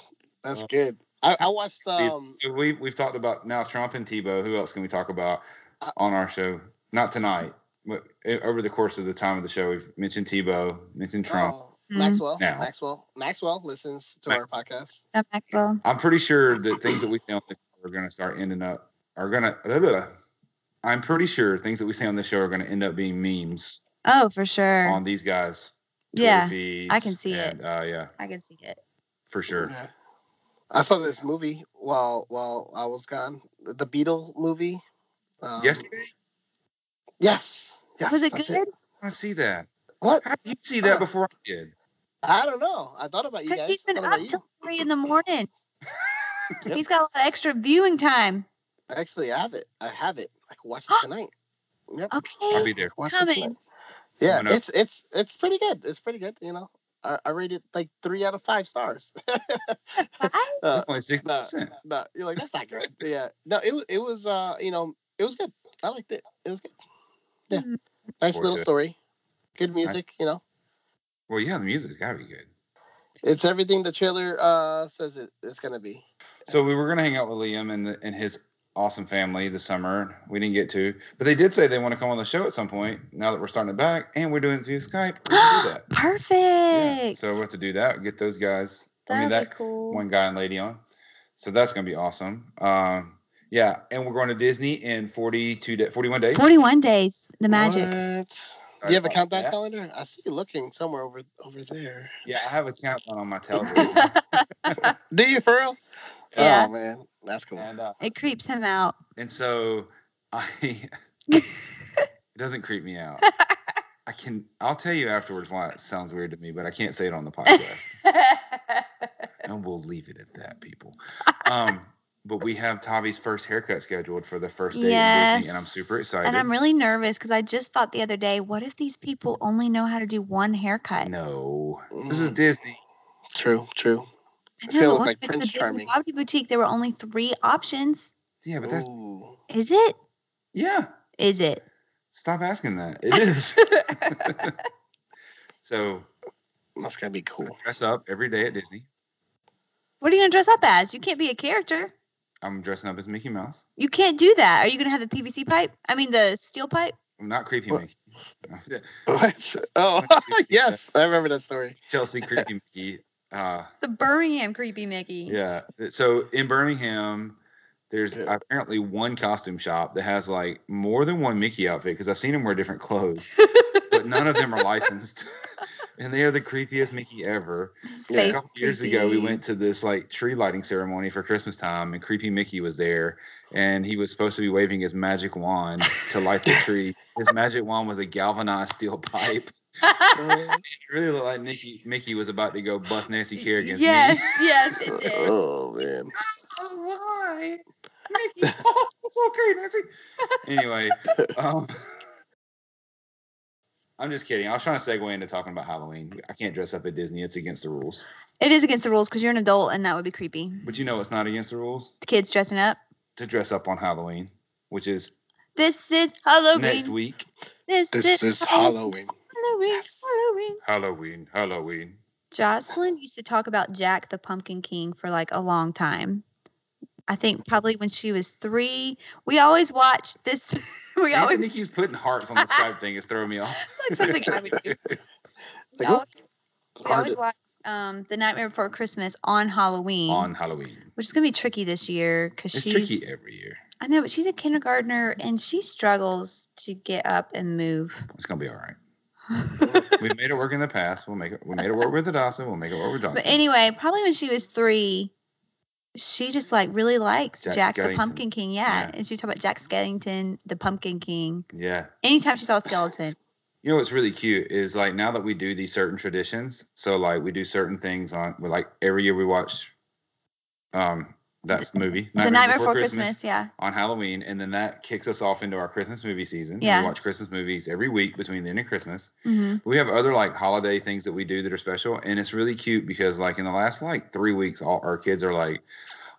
[SPEAKER 3] that's
[SPEAKER 1] Oh.
[SPEAKER 3] good. I, I watched um.
[SPEAKER 1] So we we've talked about now Trump and Tebow. Who else can we talk about
[SPEAKER 3] Uh,
[SPEAKER 1] on our show? Not tonight, but o- over the course of the time of the show, we've mentioned Tebow, mentioned Trump.
[SPEAKER 3] oh, Maxwell.
[SPEAKER 1] Now.
[SPEAKER 3] Maxwell. Maxwell listens to
[SPEAKER 1] Ma-
[SPEAKER 3] our podcast.
[SPEAKER 2] Uh, Maxwell.
[SPEAKER 1] I'm pretty sure that things that we say on the show are going to start ending up are going to. I'm pretty sure things that we say on the show are going to end up being memes
[SPEAKER 2] Oh, for sure.
[SPEAKER 1] on these guys. Twitter
[SPEAKER 2] yeah,
[SPEAKER 1] feeds,
[SPEAKER 2] I can see it.
[SPEAKER 1] and, Uh, yeah,
[SPEAKER 2] I can see it.
[SPEAKER 1] for sure.
[SPEAKER 3] Yeah. I saw this movie while while I was gone. The the Beatle movie. Um,
[SPEAKER 1] Yes,
[SPEAKER 3] Yes. Yes.
[SPEAKER 2] Was it
[SPEAKER 3] that's
[SPEAKER 2] good?
[SPEAKER 1] I see that.
[SPEAKER 3] What?
[SPEAKER 1] How did you see
[SPEAKER 2] Oh.
[SPEAKER 1] that before I did?
[SPEAKER 3] I don't know. I thought about you
[SPEAKER 2] Because
[SPEAKER 3] guys.
[SPEAKER 2] he's been
[SPEAKER 3] Thought about
[SPEAKER 2] up
[SPEAKER 3] you.
[SPEAKER 2] till three in the morning.
[SPEAKER 3] Yep.
[SPEAKER 2] He's got a lot of extra viewing time.
[SPEAKER 3] Actually, I have it. I have it. I can watch it tonight. Yep.
[SPEAKER 1] I'll
[SPEAKER 2] Okay.
[SPEAKER 1] be there.
[SPEAKER 3] Watch
[SPEAKER 2] Coming.
[SPEAKER 3] it tonight. Yeah,
[SPEAKER 1] Someone else-
[SPEAKER 3] it's it's it's pretty good. It's pretty good. You know, I, I rated like three out of five stars.
[SPEAKER 2] Bye.
[SPEAKER 3] Uh,
[SPEAKER 1] It's only sixty percent.
[SPEAKER 3] but you're like, that's not good. Yeah. No, it wa- it was uh you know it was good. I liked it. It was good. Yeah.
[SPEAKER 2] Mm.
[SPEAKER 3] Nice
[SPEAKER 1] Or
[SPEAKER 3] little
[SPEAKER 1] good.
[SPEAKER 3] story. Good music. You know,
[SPEAKER 1] Well, yeah, the music's got to be good.
[SPEAKER 3] it's everything the trailer uh says it, it's gonna be.
[SPEAKER 1] So we were going to hang out with Liam and the, and his awesome family this summer. We didn't get to, but they did say they want to come on the show at some point. Now that we're starting it back and we're doing it through Skype, we can do that.
[SPEAKER 2] Perfect.
[SPEAKER 1] Yeah. So we will have to do that. Get those guys. I mean
[SPEAKER 2] That'd
[SPEAKER 1] that
[SPEAKER 2] be cool.
[SPEAKER 1] one guy and lady on. So that's going to be awesome. Um, yeah, and we're going to Disney in 42 da 41 days.
[SPEAKER 2] 41 days. The magic.
[SPEAKER 3] What? Do you have a countdown
[SPEAKER 1] Yeah.
[SPEAKER 3] calendar? I see you looking somewhere over over there.
[SPEAKER 1] Yeah, I have a countdown on my television.
[SPEAKER 2] it
[SPEAKER 3] Do you for real?
[SPEAKER 2] Yeah.
[SPEAKER 3] Oh man, that's cool.
[SPEAKER 1] and uh,
[SPEAKER 2] creeps him out.
[SPEAKER 1] And so I it doesn't creep me out. I can I'll tell you afterwards why it sounds weird to me, but I can't say it on the podcast. and we'll leave it at that, people. Um but we have Tavi's first haircut scheduled for the first day in Disney, and I'm super
[SPEAKER 2] Yes.
[SPEAKER 1] excited.
[SPEAKER 2] And I'm really nervous because I just thought the other day, what if these people only know how to do one haircut?
[SPEAKER 1] no. This
[SPEAKER 3] Mm.
[SPEAKER 1] is Disney. Mm.
[SPEAKER 3] True, true.
[SPEAKER 2] I
[SPEAKER 3] It's gonna
[SPEAKER 2] know,
[SPEAKER 3] look
[SPEAKER 2] what
[SPEAKER 3] like
[SPEAKER 2] if at
[SPEAKER 3] Prince
[SPEAKER 2] the Disney
[SPEAKER 3] Charming.
[SPEAKER 2] Bobbity Boutique, there were only three options.
[SPEAKER 1] Yeah, but
[SPEAKER 3] Oh.
[SPEAKER 1] that's
[SPEAKER 3] Ooh.
[SPEAKER 2] Is it?
[SPEAKER 1] yeah.
[SPEAKER 2] Is it?
[SPEAKER 1] Stop asking that. It is. so
[SPEAKER 3] That's gonna be cool.
[SPEAKER 1] dress up every day at Disney.
[SPEAKER 2] What are you gonna dress up as? You can't be a character.
[SPEAKER 1] I'm dressing up as Mickey Mouse.
[SPEAKER 2] You can't do that. Are you gonna have the PVC pipe? I mean the steel pipe?
[SPEAKER 1] I'm not creepy
[SPEAKER 3] What?
[SPEAKER 1] Mickey.
[SPEAKER 3] What? Oh, yes, I remember that story.
[SPEAKER 1] Chelsea Creepy Mickey. Uh,
[SPEAKER 2] The Birmingham creepy Mickey.
[SPEAKER 1] yeah. So in Birmingham, there's
[SPEAKER 3] Yeah.
[SPEAKER 1] apparently one costume shop that has like more than one Mickey outfit because I've seen him wear different clothes, but none of them are licensed. and they are the creepiest Mickey ever.
[SPEAKER 2] Space
[SPEAKER 1] a couple years
[SPEAKER 2] creepy.
[SPEAKER 1] ago, we went to this like tree lighting ceremony for Christmas time, and creepy Mickey was there, and he was supposed to be waving his magic wand to light the tree. His magic wand was a galvanized steel pipe. It really looked like Nicky, Mickey was about to go bust Nancy Kerrigan's knee.
[SPEAKER 2] yes, yes, it did.
[SPEAKER 3] oh man.
[SPEAKER 1] Oh, why? Mickey, oh, it's okay, Nancy. Anyway, um, I'm just kidding. I was trying to segue into talking about Halloween. I can't dress up at Disney. It's against the rules.
[SPEAKER 2] It is against the rules because you're an adult, and that would be creepy.
[SPEAKER 1] But you know it's not against the rules
[SPEAKER 2] The kids dressing up.
[SPEAKER 1] to dress up on Halloween, which is
[SPEAKER 2] This is Halloween.
[SPEAKER 1] next week.
[SPEAKER 2] This,
[SPEAKER 3] This is Halloween.
[SPEAKER 2] Halloween. Halloween.
[SPEAKER 1] Halloween, Halloween.
[SPEAKER 2] Jocelyn used to talk about Jack the Pumpkin King for like a long time. I think probably when she was three. We always watched this. we
[SPEAKER 1] I
[SPEAKER 2] always
[SPEAKER 1] think he's putting hearts on the Skype thing. It's throwing me off.
[SPEAKER 2] it's like something I would do. We
[SPEAKER 3] Like,
[SPEAKER 2] always, we
[SPEAKER 3] Hard
[SPEAKER 2] always
[SPEAKER 3] to-
[SPEAKER 2] watched um, The Nightmare Before Christmas on Halloween,
[SPEAKER 1] On Halloween,
[SPEAKER 2] which is gonna be tricky this year because
[SPEAKER 1] it's
[SPEAKER 2] she's.
[SPEAKER 1] tricky every year.
[SPEAKER 2] I know, but she's a kindergartner and she struggles to get up and move.
[SPEAKER 1] It's gonna be all right. We've made it work in the past. We'll make it. We made it work with the Dawson. We'll make it work with Johnson.
[SPEAKER 2] But anyway, probably when she was three, she just like really likes
[SPEAKER 1] Jack
[SPEAKER 2] Jack
[SPEAKER 1] Skellington.
[SPEAKER 2] the Pumpkin King. Yeah.
[SPEAKER 1] Yeah.
[SPEAKER 2] And she talked about Jack Skellington, the Pumpkin King.
[SPEAKER 1] yeah.
[SPEAKER 2] Anytime she saw a skeleton.
[SPEAKER 1] You know what's really cute is like now that we do these certain traditions. So like we do certain things on well, like every year we watch, um, that's movie
[SPEAKER 2] the Nightmare Before Christmas. Yeah.
[SPEAKER 1] on Halloween, and then that kicks us off into our Christmas movie season.
[SPEAKER 2] Yeah.
[SPEAKER 1] we watch Christmas movies every week between then and Christmas.
[SPEAKER 2] hmm
[SPEAKER 1] We have other like holiday things that we do that are special, and it's really cute because like in the last like three weeks, all our kids are like,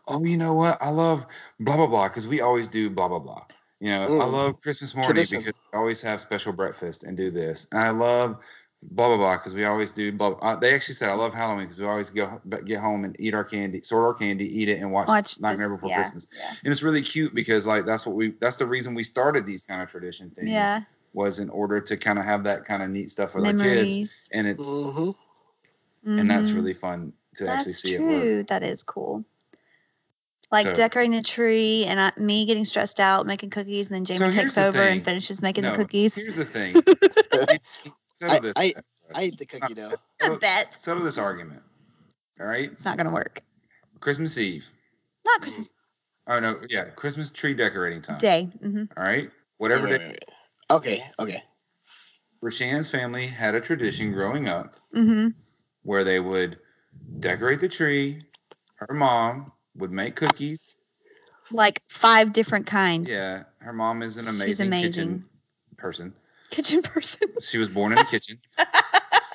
[SPEAKER 1] "Oh, you know what? I love blah blah blah because we always do blah blah blah." You know, I
[SPEAKER 3] Mm.
[SPEAKER 1] love Christmas morning
[SPEAKER 3] Tradition.
[SPEAKER 1] because we always have special breakfast and do this. And I love blah blah blah because we always do blah. blah. Uh, they actually said I love Halloween because we always go get home and eat our candy, sort our candy, eat it, and watch,
[SPEAKER 2] Watch
[SPEAKER 1] Nightmare
[SPEAKER 2] this-
[SPEAKER 1] Before
[SPEAKER 2] yeah,
[SPEAKER 1] Christmas. And it's really cute because like that's what we that's the reason we started these kind of tradition
[SPEAKER 2] Yeah.
[SPEAKER 1] things
[SPEAKER 2] yeah.
[SPEAKER 1] was in order to kind of have that kind of neat stuff with our kids
[SPEAKER 2] Memories.
[SPEAKER 1] and it's
[SPEAKER 3] Mhm.
[SPEAKER 1] and that's
[SPEAKER 2] Mhm.
[SPEAKER 1] really fun to actually
[SPEAKER 2] That's
[SPEAKER 1] see it work.
[SPEAKER 2] true. That is cool. Like
[SPEAKER 1] So-
[SPEAKER 2] decorating the tree and I, me getting stressed out making cookies, and then Jamie
[SPEAKER 1] here's
[SPEAKER 2] takes
[SPEAKER 1] the
[SPEAKER 2] over
[SPEAKER 1] thing.
[SPEAKER 2] and finishes making
[SPEAKER 1] No,
[SPEAKER 2] the cookies.
[SPEAKER 1] Here's the thing.
[SPEAKER 3] I-
[SPEAKER 1] settle, this,
[SPEAKER 3] I- I ate the cookie dough.
[SPEAKER 2] It's a bet.
[SPEAKER 1] settle this argument. All right,
[SPEAKER 2] It's not gonna work.
[SPEAKER 1] Christmas Eve.
[SPEAKER 2] Not Christmas
[SPEAKER 1] Oh no, yeah, Christmas tree decorating time.
[SPEAKER 2] Day. hmm
[SPEAKER 1] All right, whatever
[SPEAKER 3] Wait,
[SPEAKER 1] day.
[SPEAKER 3] wait, wait. Okay, okay.
[SPEAKER 1] Rashan's family had a tradition growing up
[SPEAKER 2] hmm
[SPEAKER 1] where they would decorate the tree. Her mom would make cookies.
[SPEAKER 2] Like five different kinds.
[SPEAKER 1] Yeah, her mom is an
[SPEAKER 2] She's
[SPEAKER 1] amazing, kitchen
[SPEAKER 2] amazing.
[SPEAKER 1] person.
[SPEAKER 2] Kitchen person.
[SPEAKER 1] She was born in a kitchen.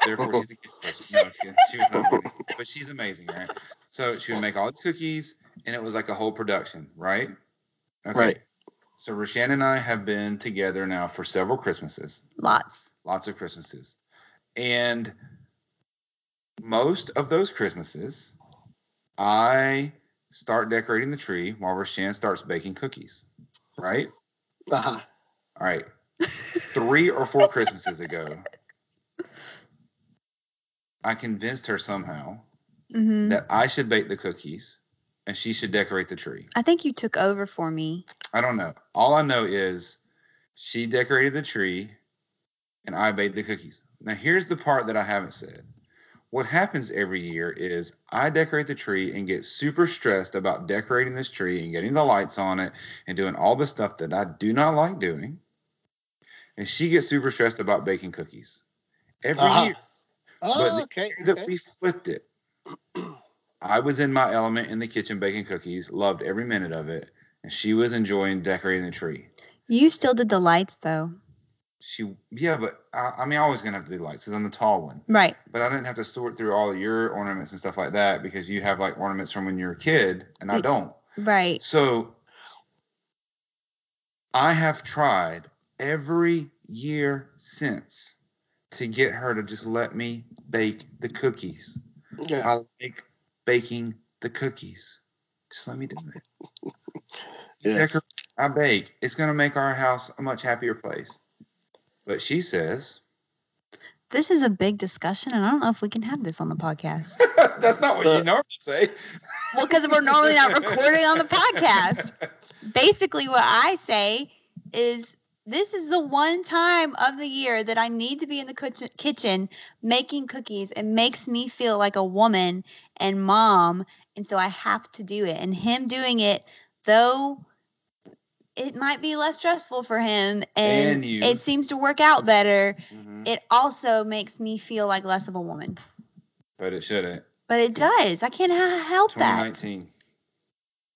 [SPEAKER 1] Therefore, she's a kitchen person. No, I'm just kidding. she was not born in a kitchen, but she's amazing, right? So she would make all these cookies, and it was like a whole production, right? Okay.
[SPEAKER 3] Right.
[SPEAKER 1] So Roshan and I have been together now for several Christmases,
[SPEAKER 2] Lots.
[SPEAKER 1] lots of Christmases, and most of those Christmases, I start decorating the tree while Roshan starts baking cookies, right?
[SPEAKER 3] Uh-huh.
[SPEAKER 1] All right. Three or four Christmases ago, I convinced her somehow
[SPEAKER 2] hmm
[SPEAKER 1] that I should bake the cookies and she should decorate the tree.
[SPEAKER 2] I think you took over for me.
[SPEAKER 1] I don't know. All I know is she decorated the tree and I baked the cookies. Now, here's the part that I haven't said. What happens every year is I decorate the tree and get super stressed about decorating this tree and getting the lights on it and doing all the stuff that I do not like doing. And she gets super stressed about baking cookies every
[SPEAKER 3] Uh-huh.
[SPEAKER 1] year But
[SPEAKER 3] Oh,
[SPEAKER 1] the-
[SPEAKER 3] okay.
[SPEAKER 1] that
[SPEAKER 3] okay.
[SPEAKER 1] we flipped it. I was in my element in the kitchen baking cookies, loved every minute of it, and she was enjoying decorating the tree.
[SPEAKER 2] You still did the lights though.
[SPEAKER 1] She, yeah, but I, I mean, I was gonna have to do lights because I'm the tall one.
[SPEAKER 2] Right.
[SPEAKER 1] But I didn't have to sort through all your ornaments and stuff like that because you have like ornaments from when you're a kid, and I
[SPEAKER 2] Wait.
[SPEAKER 1] don't.
[SPEAKER 2] Right.
[SPEAKER 1] So I have tried every year since to get her to just let me bake the cookies.
[SPEAKER 3] Yeah.
[SPEAKER 1] I like baking the cookies. Just let me do it.
[SPEAKER 3] yeah.
[SPEAKER 1] Decorate, I bake. It's gonna make our house a much happier place. But she says
[SPEAKER 2] This is a big discussion, and I don't know if we can have this on the podcast.
[SPEAKER 1] that's not what you
[SPEAKER 3] Uh,
[SPEAKER 1] normally say.
[SPEAKER 2] well, because we're normally not recording on the podcast. Basically, what I say is This is the one time of the year that I need to be in the kitchen, kitchen making cookies. It makes me feel like a woman and mom. And so I have to do it. And him doing it, though it might be less stressful for him and,
[SPEAKER 1] And you.
[SPEAKER 2] it seems to work out better,
[SPEAKER 3] Mm-hmm.
[SPEAKER 1] Mhm.
[SPEAKER 2] it also makes me feel like less of a woman.
[SPEAKER 1] But it shouldn't.
[SPEAKER 2] But it does. I can't h- help that.
[SPEAKER 1] 2019.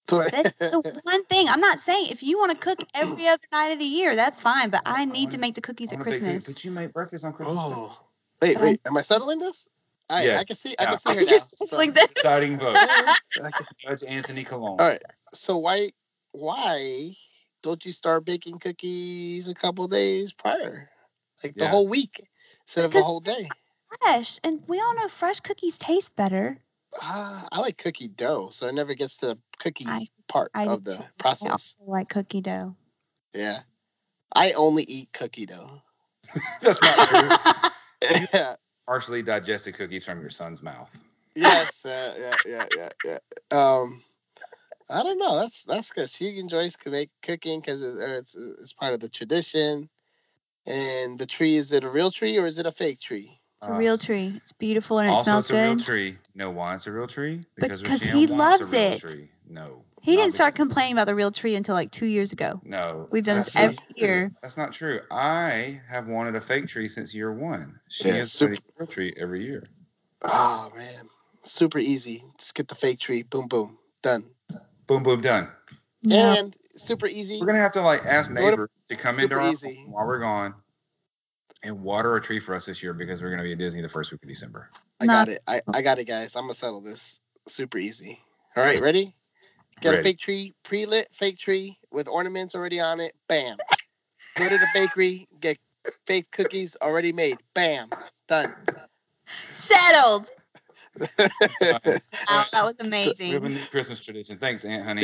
[SPEAKER 2] That's the one thing. I'm not saying if you want to cook every other night of the year, that's fine. But I
[SPEAKER 1] I
[SPEAKER 2] need
[SPEAKER 1] wanna-
[SPEAKER 2] to make the cookies
[SPEAKER 1] I
[SPEAKER 2] at
[SPEAKER 1] wanna bake it,
[SPEAKER 2] Christmas.
[SPEAKER 1] But you make breakfast on Christmas. Day.
[SPEAKER 3] oh, wait, wait.
[SPEAKER 2] Um,
[SPEAKER 3] Am I settling this? I,
[SPEAKER 1] Yeah.
[SPEAKER 3] I can see. I
[SPEAKER 1] Yeah.
[SPEAKER 3] can see her now.
[SPEAKER 2] You're just
[SPEAKER 3] So-
[SPEAKER 2] like this.
[SPEAKER 1] Exciting vote.
[SPEAKER 3] Yeah, okay.
[SPEAKER 1] Judge Anthony Colon.
[SPEAKER 3] All right. So why why don't you start baking cookies a couple days prior, like the
[SPEAKER 1] Yeah.
[SPEAKER 3] whole week instead of a
[SPEAKER 2] Because-
[SPEAKER 3] whole day?
[SPEAKER 2] Fresh, and we all know fresh cookies taste better.
[SPEAKER 3] Ah, I like cookie dough, so it never gets to the cookie
[SPEAKER 2] I-
[SPEAKER 3] part
[SPEAKER 2] I do
[SPEAKER 3] of
[SPEAKER 2] too.
[SPEAKER 3] the
[SPEAKER 2] I
[SPEAKER 3] process.
[SPEAKER 2] also like cookie dough.
[SPEAKER 3] Yeah, I only eat cookie dough.
[SPEAKER 1] That's not true.
[SPEAKER 3] yeah.
[SPEAKER 1] Partially digested cookies from your son's mouth.
[SPEAKER 3] yes, uh, yeah, yeah, yeah, yeah. Um, I don't know. That's that's good. She enjoys co- make cooking because it's, or it's it's part of the tradition. And the tree is it a real tree or is it a fake tree?
[SPEAKER 2] It's a real tree. It's beautiful and it
[SPEAKER 1] also,
[SPEAKER 2] smells
[SPEAKER 1] it's a real
[SPEAKER 2] good.
[SPEAKER 1] tree. You know why it's a real tree?
[SPEAKER 2] Because
[SPEAKER 1] Rochelle
[SPEAKER 2] he
[SPEAKER 1] wants
[SPEAKER 2] loves
[SPEAKER 1] a real
[SPEAKER 2] it.
[SPEAKER 1] Tree. No.
[SPEAKER 2] He
[SPEAKER 1] not
[SPEAKER 2] didn't start
[SPEAKER 1] because-
[SPEAKER 2] complaining about the real tree until like two years ago.
[SPEAKER 1] No.
[SPEAKER 2] We've done
[SPEAKER 3] this
[SPEAKER 1] not
[SPEAKER 3] every
[SPEAKER 1] true.
[SPEAKER 2] year.
[SPEAKER 1] That's not true. I have wanted a fake tree since year one. She
[SPEAKER 3] Yeah,
[SPEAKER 1] has
[SPEAKER 3] super-
[SPEAKER 1] wanted a real tree every year.
[SPEAKER 3] Oh man, super easy. Just get the fake tree. Boom, boom, done.
[SPEAKER 1] Boom, boom, done.
[SPEAKER 2] Yeah.
[SPEAKER 3] And super easy.
[SPEAKER 1] We're gonna have to like ask
[SPEAKER 3] Go to-
[SPEAKER 1] neighbors to come into
[SPEAKER 3] super
[SPEAKER 1] our
[SPEAKER 3] easy.
[SPEAKER 1] home while we're gone and water a tree for us this year because we're gonna be at Disney the first week of December.
[SPEAKER 3] I
[SPEAKER 2] Not-
[SPEAKER 3] got it. I, I got it, guys. I'm gonna settle this. Super easy. All right, ready? Get a
[SPEAKER 1] Ready.
[SPEAKER 3] fake tree, pre-lit fake tree with ornaments already on it. Bam. Go to the bakery, get fake cookies already made. Bam. Done.
[SPEAKER 2] Settled. Wow,
[SPEAKER 3] Yeah,
[SPEAKER 2] that was
[SPEAKER 1] We have a
[SPEAKER 2] amazing.
[SPEAKER 1] new Christmas tradition. Thanks, Aunt Honey.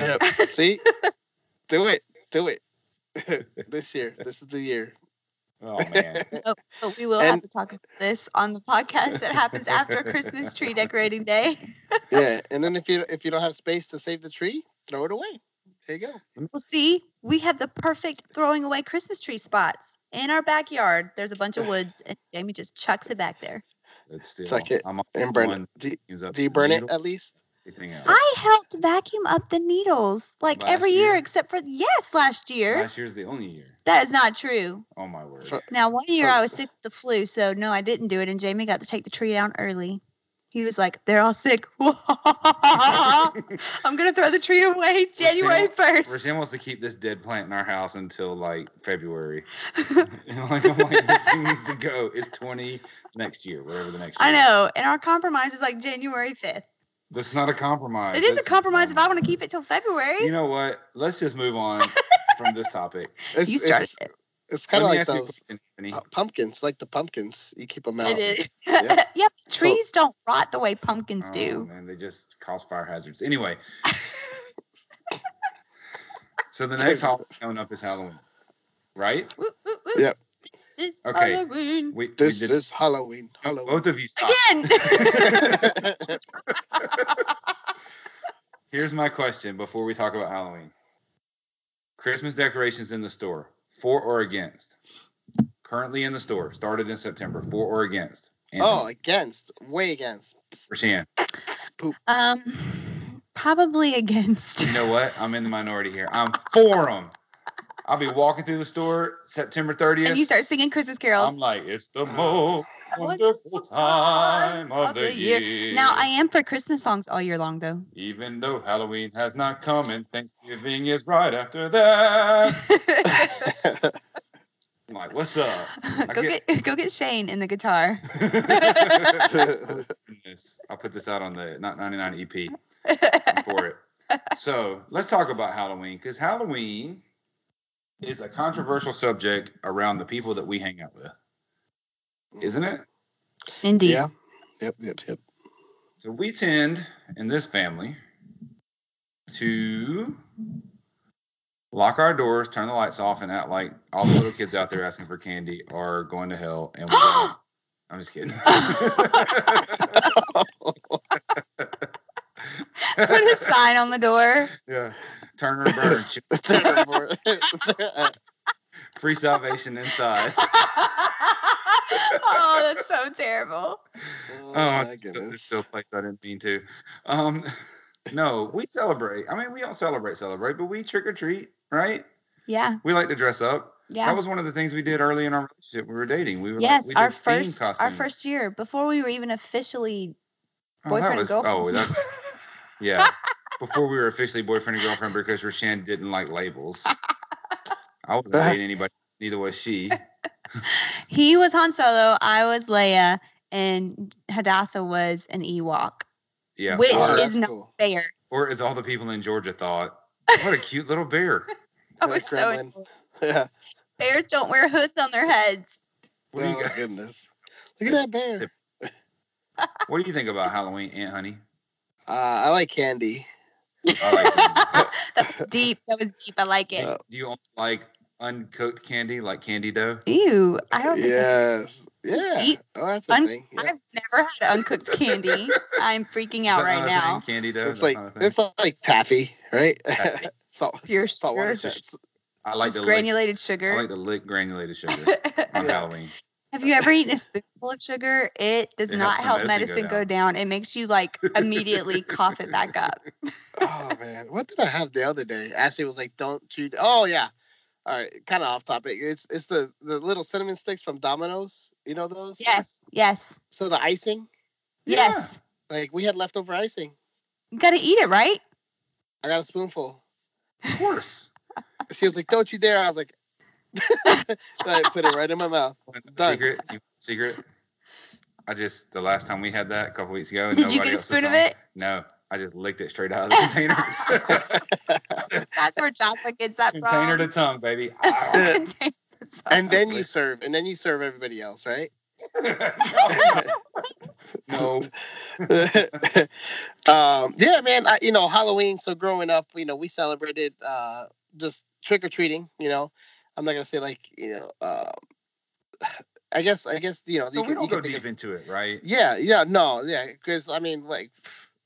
[SPEAKER 3] See? Do it. Do it. this year. This is the year.
[SPEAKER 1] Oh man.
[SPEAKER 2] But we will have
[SPEAKER 3] And-
[SPEAKER 2] to talk about this on the podcast that happens after Christmas tree decorating day.
[SPEAKER 3] Yeah. And then if you if you don't have space to save the tree, throw it away. There you go.
[SPEAKER 2] Well, see, we have the perfect throwing away Christmas tree spots in our backyard. There's a bunch of woods, and Jamie just chucks it back there.
[SPEAKER 1] It's still
[SPEAKER 3] Suck it
[SPEAKER 1] I'm on
[SPEAKER 3] And burn
[SPEAKER 1] one
[SPEAKER 3] it. Do,
[SPEAKER 1] teams up
[SPEAKER 3] do you
[SPEAKER 1] the
[SPEAKER 3] burn it
[SPEAKER 1] needle,
[SPEAKER 3] at least?
[SPEAKER 1] everything else.
[SPEAKER 2] I helped vacuum up the needles like
[SPEAKER 1] Last
[SPEAKER 2] every year,
[SPEAKER 1] year?
[SPEAKER 2] except for yes, last year.
[SPEAKER 1] Last year's the only year.
[SPEAKER 2] that is not true.
[SPEAKER 1] Oh my word.
[SPEAKER 3] Sure.
[SPEAKER 2] Now, one year
[SPEAKER 3] So-
[SPEAKER 2] I was sick with the flu, so no, I didn't do it, and Jamie got to take the tree down early. He was like, "They're all sick.
[SPEAKER 1] Ah,
[SPEAKER 2] I'm gonna throw the tree away January first.
[SPEAKER 1] Rochelle wants to keep this dead plant in our house until like February. and like I'm like, this thing needs to go. It's 20 next year, whatever the next year.
[SPEAKER 2] I know, and our compromise is like January 5th.
[SPEAKER 1] is. That's not a compromise.
[SPEAKER 2] It is a
[SPEAKER 1] That's-
[SPEAKER 2] compromise if I want to keep it till February.
[SPEAKER 1] You know what? Let's just move on from this topic.
[SPEAKER 3] It's,
[SPEAKER 2] you started
[SPEAKER 3] it's, it's kind of
[SPEAKER 1] Let me
[SPEAKER 3] like
[SPEAKER 1] ask you a
[SPEAKER 3] those
[SPEAKER 1] question, Anthony.
[SPEAKER 3] uh, pumpkins, like the pumpkins. You keep them out.
[SPEAKER 2] it. It is.
[SPEAKER 3] Yeah.
[SPEAKER 2] yep. Trees don't rot the way pumpkins
[SPEAKER 1] Oh,
[SPEAKER 2] do.
[SPEAKER 1] man, they just cause fire hazards. Anyway. so the next holiday coming up is Halloween, right?
[SPEAKER 2] Whoop, whoop, whoop.
[SPEAKER 3] Yep.
[SPEAKER 2] This is
[SPEAKER 1] Okay.
[SPEAKER 2] Halloween.
[SPEAKER 1] We, we
[SPEAKER 3] This
[SPEAKER 1] did- Oh,
[SPEAKER 3] is Halloween. Halloween.
[SPEAKER 1] both of you. Stop.
[SPEAKER 2] Again.
[SPEAKER 1] Here's my question before we talk about Halloween. Christmas decorations in the store, for or against? Currently in the store, started in September, for or against?
[SPEAKER 3] Oh, against, way against.
[SPEAKER 1] Rochelle,
[SPEAKER 2] um, probably against.
[SPEAKER 1] you know what? I'm in the minority here. I'm for them. I'll be walking through the store September 30th.
[SPEAKER 2] And you start singing Christmas carols.
[SPEAKER 1] I'm like, it's the most wonderful time of the year.
[SPEAKER 2] now I am for Christmas songs all year long though.
[SPEAKER 1] Even though Halloween has not come and Thanksgiving is right after that. I'm like, what's up? I
[SPEAKER 2] go get,
[SPEAKER 1] get-
[SPEAKER 2] go get Shane in the guitar.
[SPEAKER 3] That's
[SPEAKER 1] Goodness. I'll put this out on the not 99 EP. I'm for it. So let's talk about Halloween because Halloween is a controversial subject around the people that we hang out with, isn't it?
[SPEAKER 2] Indeed.
[SPEAKER 3] Yeah. Yep, yep, yep.
[SPEAKER 1] So we tend in this family to lock our doors, turn the lights off, and act like all the little kids out there asking for candy are going to hell. And we don't. I'm just kidding.
[SPEAKER 2] Put a sign on the door.
[SPEAKER 1] yeah, turn or burn.
[SPEAKER 3] Turn it for-
[SPEAKER 1] Free salvation inside.
[SPEAKER 2] oh, that's so terrible.
[SPEAKER 1] Oh, I still place I didn't mean to. Um, no, we celebrate. I mean, we don't celebrate, celebrate, but we trick or treat, right?
[SPEAKER 2] Yeah,
[SPEAKER 1] We like to dress up.
[SPEAKER 2] yeah.
[SPEAKER 1] That was one of the things we did early in our relationship. We were dating. We were
[SPEAKER 2] yes,
[SPEAKER 1] like, we
[SPEAKER 2] our
[SPEAKER 1] did theme
[SPEAKER 2] first our
[SPEAKER 1] costumes.
[SPEAKER 2] first year before we were even officially
[SPEAKER 1] Oh, that
[SPEAKER 2] boyfriend and
[SPEAKER 1] was-
[SPEAKER 2] girlfriend.
[SPEAKER 1] Oh, that's yeah. Before we were officially boyfriend and girlfriend because Rashan didn't like labels. I wasn't dating anybody. Neither was she.
[SPEAKER 2] he was Han Solo, I was Leia, and Hadassah was an Ewok.
[SPEAKER 1] Yeah.
[SPEAKER 2] Which
[SPEAKER 1] or,
[SPEAKER 2] is not fair.
[SPEAKER 1] or as all the people in Georgia thought. What a cute little bear.
[SPEAKER 2] I was Oh, so
[SPEAKER 3] Gremlin. Yeah.
[SPEAKER 2] bears don't wear hoods on their heads.
[SPEAKER 1] What do you
[SPEAKER 3] oh,
[SPEAKER 1] got-
[SPEAKER 3] goodness. Look at that bear.
[SPEAKER 1] Tip- What do you think about Halloween, Aunt Honey?
[SPEAKER 3] Uh, I like candy.
[SPEAKER 1] I like them.
[SPEAKER 2] That's deep. That was deep. I like it.
[SPEAKER 3] Uh,
[SPEAKER 1] do you only like uncooked candy, like candy dough?
[SPEAKER 2] Ew, I don't. think
[SPEAKER 3] Yes. Yeah.
[SPEAKER 2] Eat
[SPEAKER 3] Oh, that's a
[SPEAKER 2] un-
[SPEAKER 3] thing. Yeah.
[SPEAKER 2] I've never had uncooked candy. I'm freaking
[SPEAKER 1] Is
[SPEAKER 2] out
[SPEAKER 1] that
[SPEAKER 2] right
[SPEAKER 1] not a
[SPEAKER 2] now.
[SPEAKER 1] thing, Candy dough.
[SPEAKER 3] It's
[SPEAKER 1] That's
[SPEAKER 3] like
[SPEAKER 1] not a thing?
[SPEAKER 3] it's like taffy, right?
[SPEAKER 1] Taffy.
[SPEAKER 3] salt
[SPEAKER 2] Pure
[SPEAKER 3] saltwater
[SPEAKER 2] sugar,
[SPEAKER 1] Sure.
[SPEAKER 3] chips.
[SPEAKER 1] I
[SPEAKER 2] It's
[SPEAKER 1] like
[SPEAKER 2] just
[SPEAKER 1] the lick,
[SPEAKER 2] granulated
[SPEAKER 1] I
[SPEAKER 2] sugar.
[SPEAKER 1] like the lick granulated sugar on
[SPEAKER 3] Yeah.
[SPEAKER 1] Halloween.
[SPEAKER 2] Have you ever eaten a spoonful of sugar? It does
[SPEAKER 1] It
[SPEAKER 2] not
[SPEAKER 1] helps the
[SPEAKER 2] help medicine
[SPEAKER 1] medicine go
[SPEAKER 2] go down. It makes you like immediately cough it back up.
[SPEAKER 3] oh man, what did I have the other day? Ashley was like, "Don't chew." Oh yeah, all right, kind of off topic. It's it's the the little cinnamon sticks from Domino's. You know those?
[SPEAKER 2] Yes, yes,
[SPEAKER 3] So the icing,
[SPEAKER 2] yes.
[SPEAKER 3] like we had leftover icing.
[SPEAKER 2] You gotta eat it, right?
[SPEAKER 3] I got a spoonful.
[SPEAKER 1] Of course.
[SPEAKER 3] She was like, "Don't you dare!" I was like, and I put it right in my mouth. Done.
[SPEAKER 1] Secret, you, secret. I just the last time we had that a couple weeks ago. And
[SPEAKER 2] Did you
[SPEAKER 1] nobody
[SPEAKER 2] get a
[SPEAKER 1] else was
[SPEAKER 2] spoon of
[SPEAKER 1] on,
[SPEAKER 2] it?
[SPEAKER 1] No, I just licked it straight out of the container.
[SPEAKER 2] That's where chocolate gets that from.
[SPEAKER 1] container to tongue, baby. Ah.
[SPEAKER 3] Yeah.
[SPEAKER 2] Container to-
[SPEAKER 3] And then
[SPEAKER 1] Exactly.
[SPEAKER 3] you serve, and then you serve everybody else, right?
[SPEAKER 1] no,
[SPEAKER 3] um, yeah, man. I, you know, Halloween. So growing up, you know, we celebrated uh, just trick or treating. You know, I'm not gonna say like you know. Uh, I guess I guess you know.
[SPEAKER 1] so
[SPEAKER 3] you
[SPEAKER 1] we
[SPEAKER 3] could- you
[SPEAKER 1] don't go
[SPEAKER 3] could think
[SPEAKER 1] deep
[SPEAKER 3] of-
[SPEAKER 1] into it, right?
[SPEAKER 3] Yeah, yeah, no, yeah. Because I mean, like,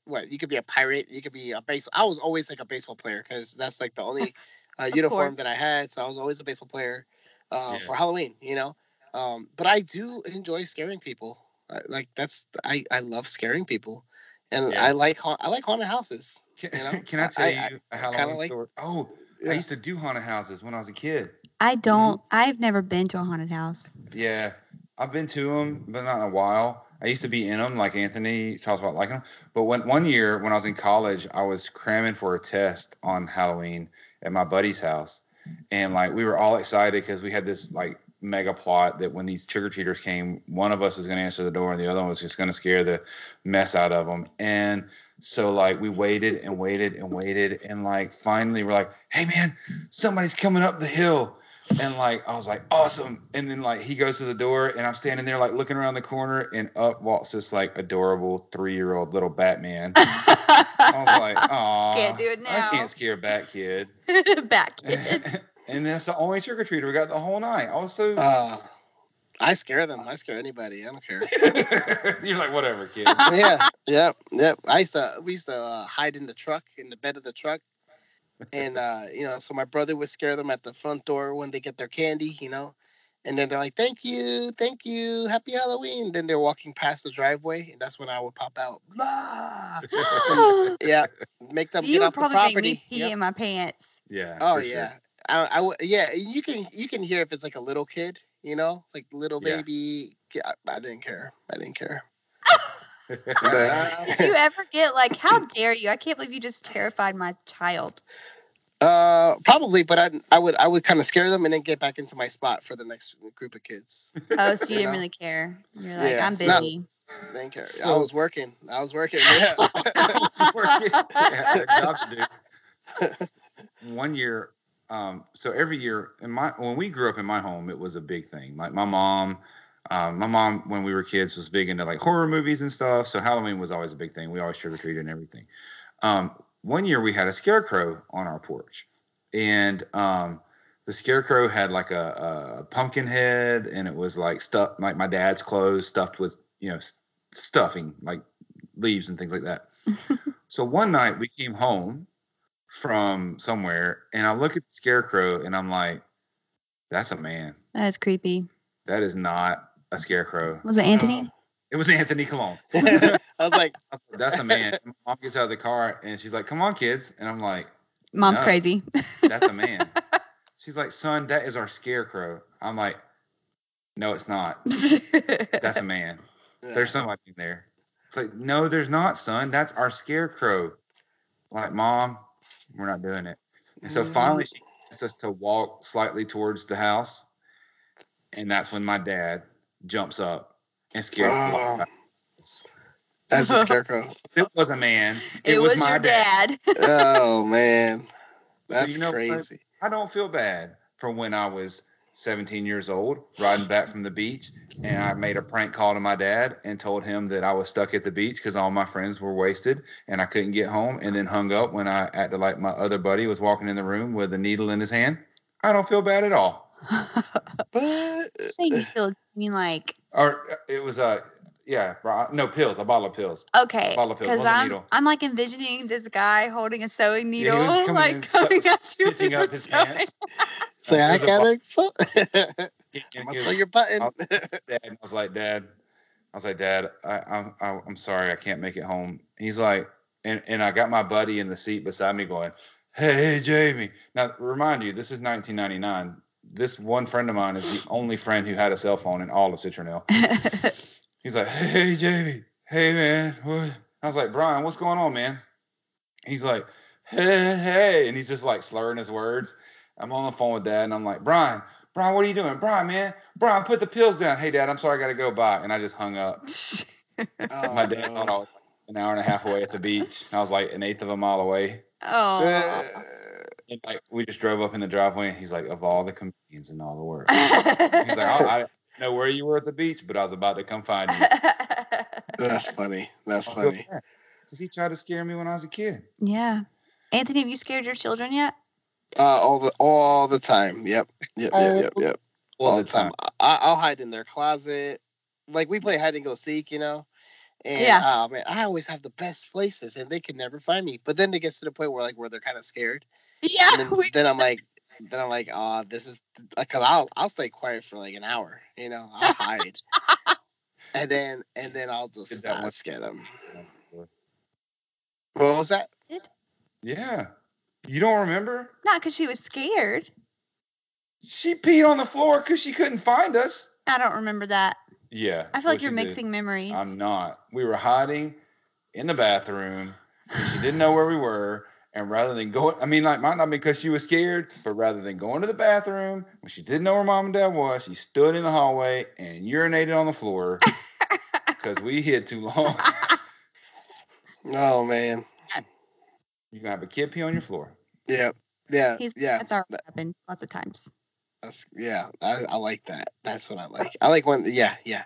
[SPEAKER 3] what you could be a pirate, you could be a base. I was always like a baseball player because that's like the only uh, uniform
[SPEAKER 2] course.
[SPEAKER 3] that I had. So I was always a baseball player uh,
[SPEAKER 1] Yeah.
[SPEAKER 3] for Halloween, you know. Um, but I do enjoy scaring people. I, like that's I I love scaring people, and
[SPEAKER 1] Yeah.
[SPEAKER 3] I like ha- I like haunted hououses.
[SPEAKER 1] Can,
[SPEAKER 3] You know,
[SPEAKER 1] can I
[SPEAKER 3] I-
[SPEAKER 1] tell
[SPEAKER 3] I-
[SPEAKER 1] you a Halloween
[SPEAKER 3] like-
[SPEAKER 1] story? Oh, I
[SPEAKER 3] Yeah.
[SPEAKER 1] used to do haunted houses when I was a kid.
[SPEAKER 2] I don't. I've never been to a haunted house.
[SPEAKER 1] Yeah, I've been to them, but not in a while. I used to be in them, like Anthony talks about liking them. But when one year when I was in college, I was cramming for a test on Halloween at my buddy's house, and like we were all excited because we had this like mega plot that when these trick or treaters came, one of us was going to answer the door and the other one was just going to scare the mess out of them. And so like we waited and waited and waited and like finally we're like, hey man, somebody's coming up the hill. And like I was like, awesome. And then like he goes to the door and I'm standing there like looking around the corner and up walks this like adorable three year old little Batman. I was like, oh
[SPEAKER 2] Can't do it now."
[SPEAKER 1] I can't scare Bat Kid.
[SPEAKER 2] Back.
[SPEAKER 1] and that's the only trick or treater we got the whole night. Also
[SPEAKER 2] Ah.
[SPEAKER 3] Uh, I scare them. I scare anybody. I don't care.
[SPEAKER 1] you're like, whatever, kid.
[SPEAKER 3] yeah, yep, yep. I used to we used to uh, hide in the truck in the bed of the truck, and uh, you know, so my brother would scare them at the front door when they get their candy, you know, and then they're like, "Thank you, thank you, happy Halloween." Then they're walking past the driveway, and that's when I would pop out. "Nah." yeah, make them
[SPEAKER 2] you
[SPEAKER 3] get
[SPEAKER 2] would
[SPEAKER 3] off the
[SPEAKER 2] probably make me
[SPEAKER 3] property.
[SPEAKER 2] pee
[SPEAKER 3] Yep.
[SPEAKER 2] in my pants.
[SPEAKER 1] Yeah.
[SPEAKER 3] Oh
[SPEAKER 1] for sure.
[SPEAKER 3] yeah, I, I would- yeah. You can you can hear if it's like a little kid, you know, like little
[SPEAKER 1] Yeah.
[SPEAKER 3] baby. Yeah, I, I didn't care. I didn't care.
[SPEAKER 2] Did you ever get like, how dare you? I can't believe you just terrified my child.
[SPEAKER 3] Uh, probably, but I I would I would kind of scare them and then get back into my spot for the next group of kids.
[SPEAKER 2] Oh, so you
[SPEAKER 3] You
[SPEAKER 2] didn't
[SPEAKER 3] know?
[SPEAKER 2] really care. You're like,
[SPEAKER 3] Yeah,
[SPEAKER 2] I'm
[SPEAKER 3] so-
[SPEAKER 2] busy.
[SPEAKER 3] Thank you. I
[SPEAKER 1] So-
[SPEAKER 3] was working. I was working. Yeah.
[SPEAKER 1] It's working. Yeah, God, dude. One year, um, so every year in my when we grew up in my home, it was a big thing. Like my mom, um, my mom when we were kids was big into like horror movies and stuff. So Halloween was always a big thing. We always trick or treated and everything. Um, one year we had a scarecrow on our porch, and um, the scarecrow had like a, a pumpkin head, and it was like stuffed like my dad's clothes stuffed with you know s- stuffing like leaves and things like that. so one night we came home from somewhere, and I look at the scarecrow, and I'm like, That's a man.
[SPEAKER 2] That is creepy.
[SPEAKER 1] That is not a scarecrow.
[SPEAKER 2] Was it Anthony?
[SPEAKER 1] It was Anthony Cologne.
[SPEAKER 3] I was like,
[SPEAKER 1] That's a man. My Mom gets out of the car and she's like, "Come on, kids," and I'm like,
[SPEAKER 2] Mom's
[SPEAKER 1] No.
[SPEAKER 2] crazy.
[SPEAKER 1] "That's a man." she's like, "Son, that is our scarecrow." I'm like, "No, it's not. That's a man. There's somebody in there." It's like, "No, there's not, son. That's our scarecrow." Like, mom, we're not doing it. And
[SPEAKER 3] Mm-hmm.
[SPEAKER 1] so finally, she gets us to walk slightly towards the house, and that's when my dad jumps up and scares the life
[SPEAKER 3] Wow.
[SPEAKER 1] out of
[SPEAKER 3] that's a scarecrow.
[SPEAKER 1] us. It was a man.
[SPEAKER 2] it,
[SPEAKER 1] It,
[SPEAKER 2] was,
[SPEAKER 1] was, my
[SPEAKER 2] your
[SPEAKER 1] dad.
[SPEAKER 2] dad.
[SPEAKER 3] Oh man, that's
[SPEAKER 1] you know what?
[SPEAKER 3] crazy.
[SPEAKER 1] I don't feel bad for when I was 17 years old, riding back from the beach, and I made a prank call to my dad and told him that I was stuck at the beach because all my friends were wasted and I couldn't get home, and then hung up when I acted like my other buddy was walking in the room with a needle in his hand. I don't feel bad at all.
[SPEAKER 3] But
[SPEAKER 2] You say you feel. I mean, like
[SPEAKER 1] Or uh, it was uh, yeah, bro- no pills, a bottle of pills.
[SPEAKER 2] okay,
[SPEAKER 1] Bottle of pills,
[SPEAKER 2] because
[SPEAKER 1] wasn't a
[SPEAKER 2] I'm
[SPEAKER 1] needle.
[SPEAKER 2] I'm like envisioning this guy holding a sewing
[SPEAKER 1] Yeah,
[SPEAKER 2] needle,
[SPEAKER 1] he was coming
[SPEAKER 2] like
[SPEAKER 1] in, so-
[SPEAKER 2] coming at you
[SPEAKER 1] stitching
[SPEAKER 2] with
[SPEAKER 1] up
[SPEAKER 2] the
[SPEAKER 1] his
[SPEAKER 2] sewing.
[SPEAKER 1] pants.
[SPEAKER 3] say
[SPEAKER 1] Uh,
[SPEAKER 3] I
[SPEAKER 1] it was a bo-
[SPEAKER 3] gotta. So,
[SPEAKER 1] it-
[SPEAKER 3] I
[SPEAKER 1] it-
[SPEAKER 3] saw your button.
[SPEAKER 1] I'll- dad. And I was like, Dad, I was like, Dad, I, I'm I, I'm sorry, I can't make it home. He's like, and and I got my buddy in the seat beside me going, Hey, Jamie. Now, remind you, this is 1999. This one friend of mine is the only friend who had a cell phone in all of Citronelle. He's like, Hey, Jamie. Hey, man. What? I was like, Brian, what's going on, man? He's like, Hey, hey, and he's just like slurring his words. I'm on the phone with dad, and I'm like, Brian, Brian, what are you doing? Brian, man, Brian, put the pills down. Hey, dad, I'm sorry, I got to go. Bye. And I just hung up.
[SPEAKER 3] Oh,
[SPEAKER 1] My dad thought I
[SPEAKER 3] no.
[SPEAKER 1] was like an hour and a half away at the beach. and I was like an eighth of a mile away.
[SPEAKER 2] oh.
[SPEAKER 1] And like we just drove up in the driveway, and he's like, of all the comedians in all the world, he's
[SPEAKER 2] He's
[SPEAKER 1] like, I, I don't know where you were at the beach, but I was about to come find you.
[SPEAKER 3] that's funny. That's funny.
[SPEAKER 1] Because he tried to scare me when I was a kid.
[SPEAKER 2] yeah. Anthony, have you scared your children yet?
[SPEAKER 3] Uh, all the all the time. Yep. Yep. Yep. Yep. Yep.
[SPEAKER 1] All, the time.
[SPEAKER 3] um, I, I'll hide in their closet. Like we play hide and go seek, you know. And
[SPEAKER 2] Yeah.
[SPEAKER 3] oh man, I always have the best places, and they can never find me. But then it gets to the point where like where they're kind of scared. And
[SPEAKER 2] Yeah.
[SPEAKER 3] then, then I'm like, then I'm like, oh, this is because I'll I'll stay quiet for like an hour, you know, I'll hide, and then and then I'll
[SPEAKER 1] Did
[SPEAKER 3] just
[SPEAKER 1] that
[SPEAKER 3] not
[SPEAKER 1] one-
[SPEAKER 3] scare them. What was that?
[SPEAKER 1] Yeah. You don't remember?
[SPEAKER 2] Not because she was scared.
[SPEAKER 1] She peed on the floor because she couldn't find us.
[SPEAKER 2] I don't remember that.
[SPEAKER 1] Yeah.
[SPEAKER 2] I feel like
[SPEAKER 1] what
[SPEAKER 2] you're
[SPEAKER 1] she did.
[SPEAKER 2] mixing memories.
[SPEAKER 1] I'm not. We were hiding in the bathroom. And she didn't know where we were. And rather than going, I mean, like, might not because she was scared, but rather than going to the bathroom when she didn't know where mom and dad was, she stood in the hallway and urinated on the floor because we hid too long.
[SPEAKER 3] Oh man,
[SPEAKER 1] you can have a kid pee on your floor.
[SPEAKER 3] yep, yeah,
[SPEAKER 2] He's-
[SPEAKER 3] yeah,
[SPEAKER 2] That's already happened lots of times.
[SPEAKER 3] that's, yeah. I, I like that. That's what I like. I like when yeah, yeah.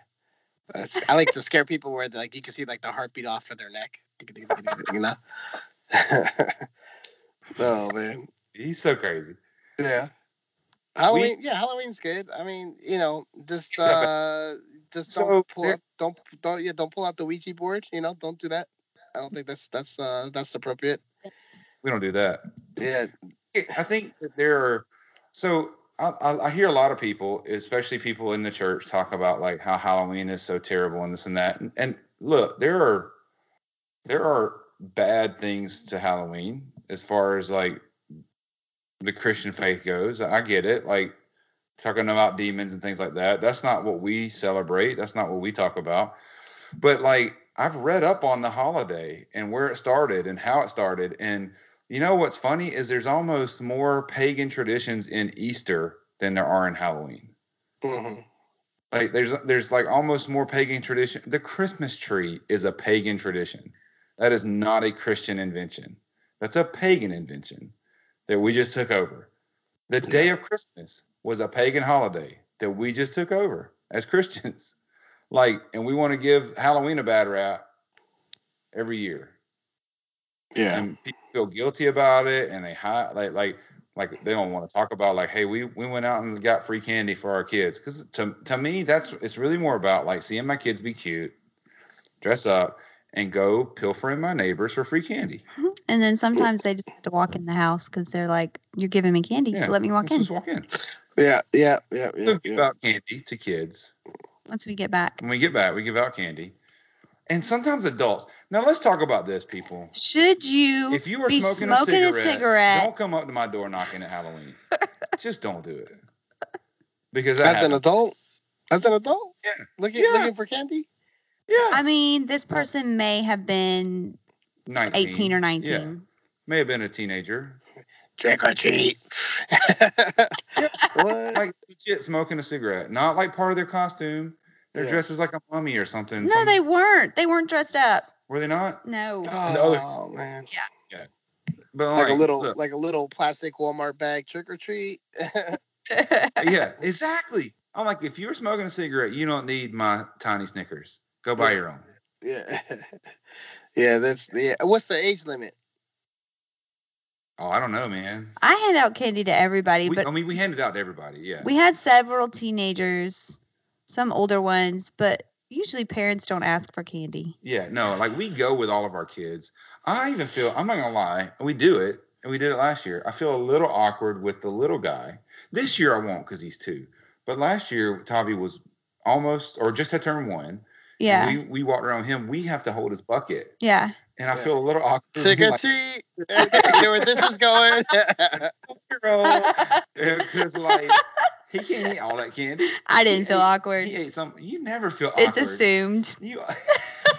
[SPEAKER 3] That's, I like to scare people where like you can see like the heartbeat off of their neck. You know. oh man.
[SPEAKER 1] He's so crazy.
[SPEAKER 3] Yeah. Halloween, yeah, Halloween's good. I mean, you know, just
[SPEAKER 1] Except-
[SPEAKER 3] uh, just don't
[SPEAKER 1] So
[SPEAKER 3] pull
[SPEAKER 1] there-
[SPEAKER 3] up, don't don't yeah, don't pull out the Ouija board. You know, don't do that. I don't think that's that's uh that's appropriate.
[SPEAKER 1] We don't do that.
[SPEAKER 3] Yeah,
[SPEAKER 1] I think that there are so I, I, I hear a lot of people, especially people in the church, talk about like how Halloween is so terrible and this and that. And, and look, there are there are bad things to Halloween as far as like the Christian faith goes. I get it, like talking about demons and things like that. That's not what we celebrate. That's not what we talk about. But like I've read up on the holiday and where it started and how it started and you know what's funny is there's almost more pagan traditions in Easter than there are in Halloween.
[SPEAKER 3] Mhm.
[SPEAKER 1] Like there's there's like almost more pagan tradition. The Christmas tree is a pagan tradition. That is not a Christian invention. That's a pagan invention that we just took over. The day of Christmas was a pagan holiday that we just took over as Christians. Like and we want to give Halloween a bad rap every year
[SPEAKER 3] yeah,
[SPEAKER 1] and people feel guilty about it and they hide like like like they don't want to talk about like hey we we went out and got free candy for our kids because to, to me that's it's really more about like seeing my kids be cute dress up and go pilfering my neighbors for free candy
[SPEAKER 2] And then sometimes they just have to walk in the house because they're like, "You're giving me candy,
[SPEAKER 1] Yeah,
[SPEAKER 2] so let me walk
[SPEAKER 1] let's
[SPEAKER 2] in."
[SPEAKER 1] just walk in
[SPEAKER 3] Yeah, yeah, yeah, yeah.
[SPEAKER 1] We'll give
[SPEAKER 3] yeah.
[SPEAKER 1] out candy to kids.
[SPEAKER 2] once we get back.
[SPEAKER 1] When we get back, we give out candy. And sometimes adults. Now let's talk about this, people.
[SPEAKER 2] Should you?
[SPEAKER 1] If you are
[SPEAKER 2] Be
[SPEAKER 1] smoking,
[SPEAKER 2] smoking
[SPEAKER 1] a,
[SPEAKER 2] a
[SPEAKER 1] cigarette,
[SPEAKER 2] cigarette.
[SPEAKER 1] don't come up to my door knocking at Halloween. Just don't do it. Because that
[SPEAKER 3] As an
[SPEAKER 1] happens.
[SPEAKER 3] adult, as an adult,
[SPEAKER 1] Yeah.
[SPEAKER 3] looking
[SPEAKER 1] Yeah.
[SPEAKER 3] looking for candy.
[SPEAKER 1] yeah,
[SPEAKER 2] I mean, this person may have been
[SPEAKER 1] 19.
[SPEAKER 2] 18 or 19.
[SPEAKER 1] Yeah, may have been a teenager.
[SPEAKER 3] Trick or treat. what?
[SPEAKER 1] Like legit smoking a cigarette, not like part of their costume. They're
[SPEAKER 3] Yeah.
[SPEAKER 1] dressed as like a mummy or something.
[SPEAKER 2] No,
[SPEAKER 1] Some-
[SPEAKER 2] they weren't. They weren't dressed up.
[SPEAKER 1] were they not.
[SPEAKER 2] No.
[SPEAKER 3] Oh man,
[SPEAKER 1] But
[SPEAKER 3] like a
[SPEAKER 1] like,
[SPEAKER 3] little
[SPEAKER 1] look,
[SPEAKER 3] like a little plastic Walmart bag trick or treat.
[SPEAKER 1] yeah, exactly. I'm like, if you're smoking a cigarette, you don't need my tiny Snickers. Go buy your own.
[SPEAKER 3] yeah, yeah. That's yeah. What's the age limit?
[SPEAKER 1] Oh, I don't know, man.
[SPEAKER 2] I hand out candy to everybody,
[SPEAKER 1] We,
[SPEAKER 2] but
[SPEAKER 1] I mean, we handed out to everybody. Yeah.
[SPEAKER 2] we had several teenagers, some older ones, but usually parents don't ask for candy.
[SPEAKER 1] yeah. No, like we go with all of our kids. I even feel, I'm not going to lie, we do it. And we did it last year. I feel a little awkward with the little guy. This year I won't because he's two. But last year, Tavi was almost or just had turned one. and
[SPEAKER 2] Yeah.
[SPEAKER 1] We, we walked around him. We have to hold his bucket.
[SPEAKER 2] yeah.
[SPEAKER 1] And I
[SPEAKER 3] Yeah.
[SPEAKER 1] feel a little awkward.
[SPEAKER 3] Trick or
[SPEAKER 1] like,
[SPEAKER 3] treat. you know where this is going.
[SPEAKER 1] "Hero." because like he can't eat all that candy.
[SPEAKER 2] I didn't feel
[SPEAKER 1] He-
[SPEAKER 2] awkward.
[SPEAKER 1] He ate some. You never feel awkward.
[SPEAKER 2] It's assumed.
[SPEAKER 1] You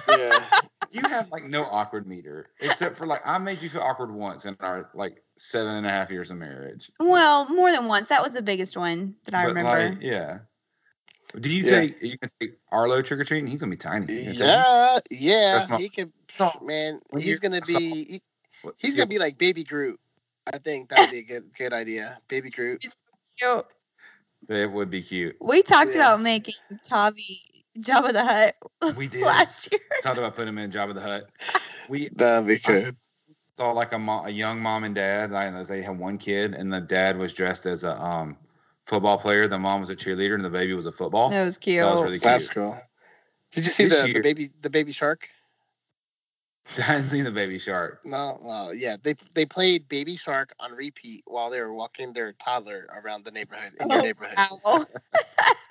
[SPEAKER 3] yeah.
[SPEAKER 1] you have like no awkward meter except for like I made you feel awkward once in our like seven and a half years of marriage.
[SPEAKER 2] Well, more than once. That was the biggest one that I
[SPEAKER 1] But,
[SPEAKER 2] remember.
[SPEAKER 1] Like, yeah. Do you
[SPEAKER 3] Yeah.
[SPEAKER 1] take you can take Arlo trick or treating? He's gonna be tiny. You gonna take him?
[SPEAKER 3] Yeah, yeah.
[SPEAKER 1] That's not-
[SPEAKER 3] he could,
[SPEAKER 1] So-
[SPEAKER 3] man.
[SPEAKER 1] when
[SPEAKER 3] He's
[SPEAKER 1] you-
[SPEAKER 3] gonna
[SPEAKER 1] so-
[SPEAKER 3] be, he-
[SPEAKER 1] What-
[SPEAKER 3] he's
[SPEAKER 1] yeah.
[SPEAKER 3] gonna be like Baby Groot. I think that'd be a good, good idea. Baby Groot.
[SPEAKER 2] Yo,
[SPEAKER 1] That would be cute.
[SPEAKER 2] we talked
[SPEAKER 3] Yeah.
[SPEAKER 2] about making Tavi Jabba the Hutt
[SPEAKER 1] We did
[SPEAKER 2] last year.
[SPEAKER 1] talked about putting him in Job of the Hut. We
[SPEAKER 3] That'd be
[SPEAKER 1] good. saw like a, mo- a young mom and dad. I know they had one kid, and the dad was dressed as a um football player. The mom was a cheerleader, and the baby was a football.
[SPEAKER 2] That was cute.
[SPEAKER 1] That was really cute.
[SPEAKER 3] That's cool. Did you see
[SPEAKER 1] This
[SPEAKER 3] the, the
[SPEAKER 1] year-
[SPEAKER 3] baby the baby shark?
[SPEAKER 1] I hadn't seen the baby shark.
[SPEAKER 3] No, no, yeah. They they played Baby Shark on repeat while they were walking their toddler around the neighborhood in
[SPEAKER 2] Oh,
[SPEAKER 3] your neighborhood.
[SPEAKER 2] Owl.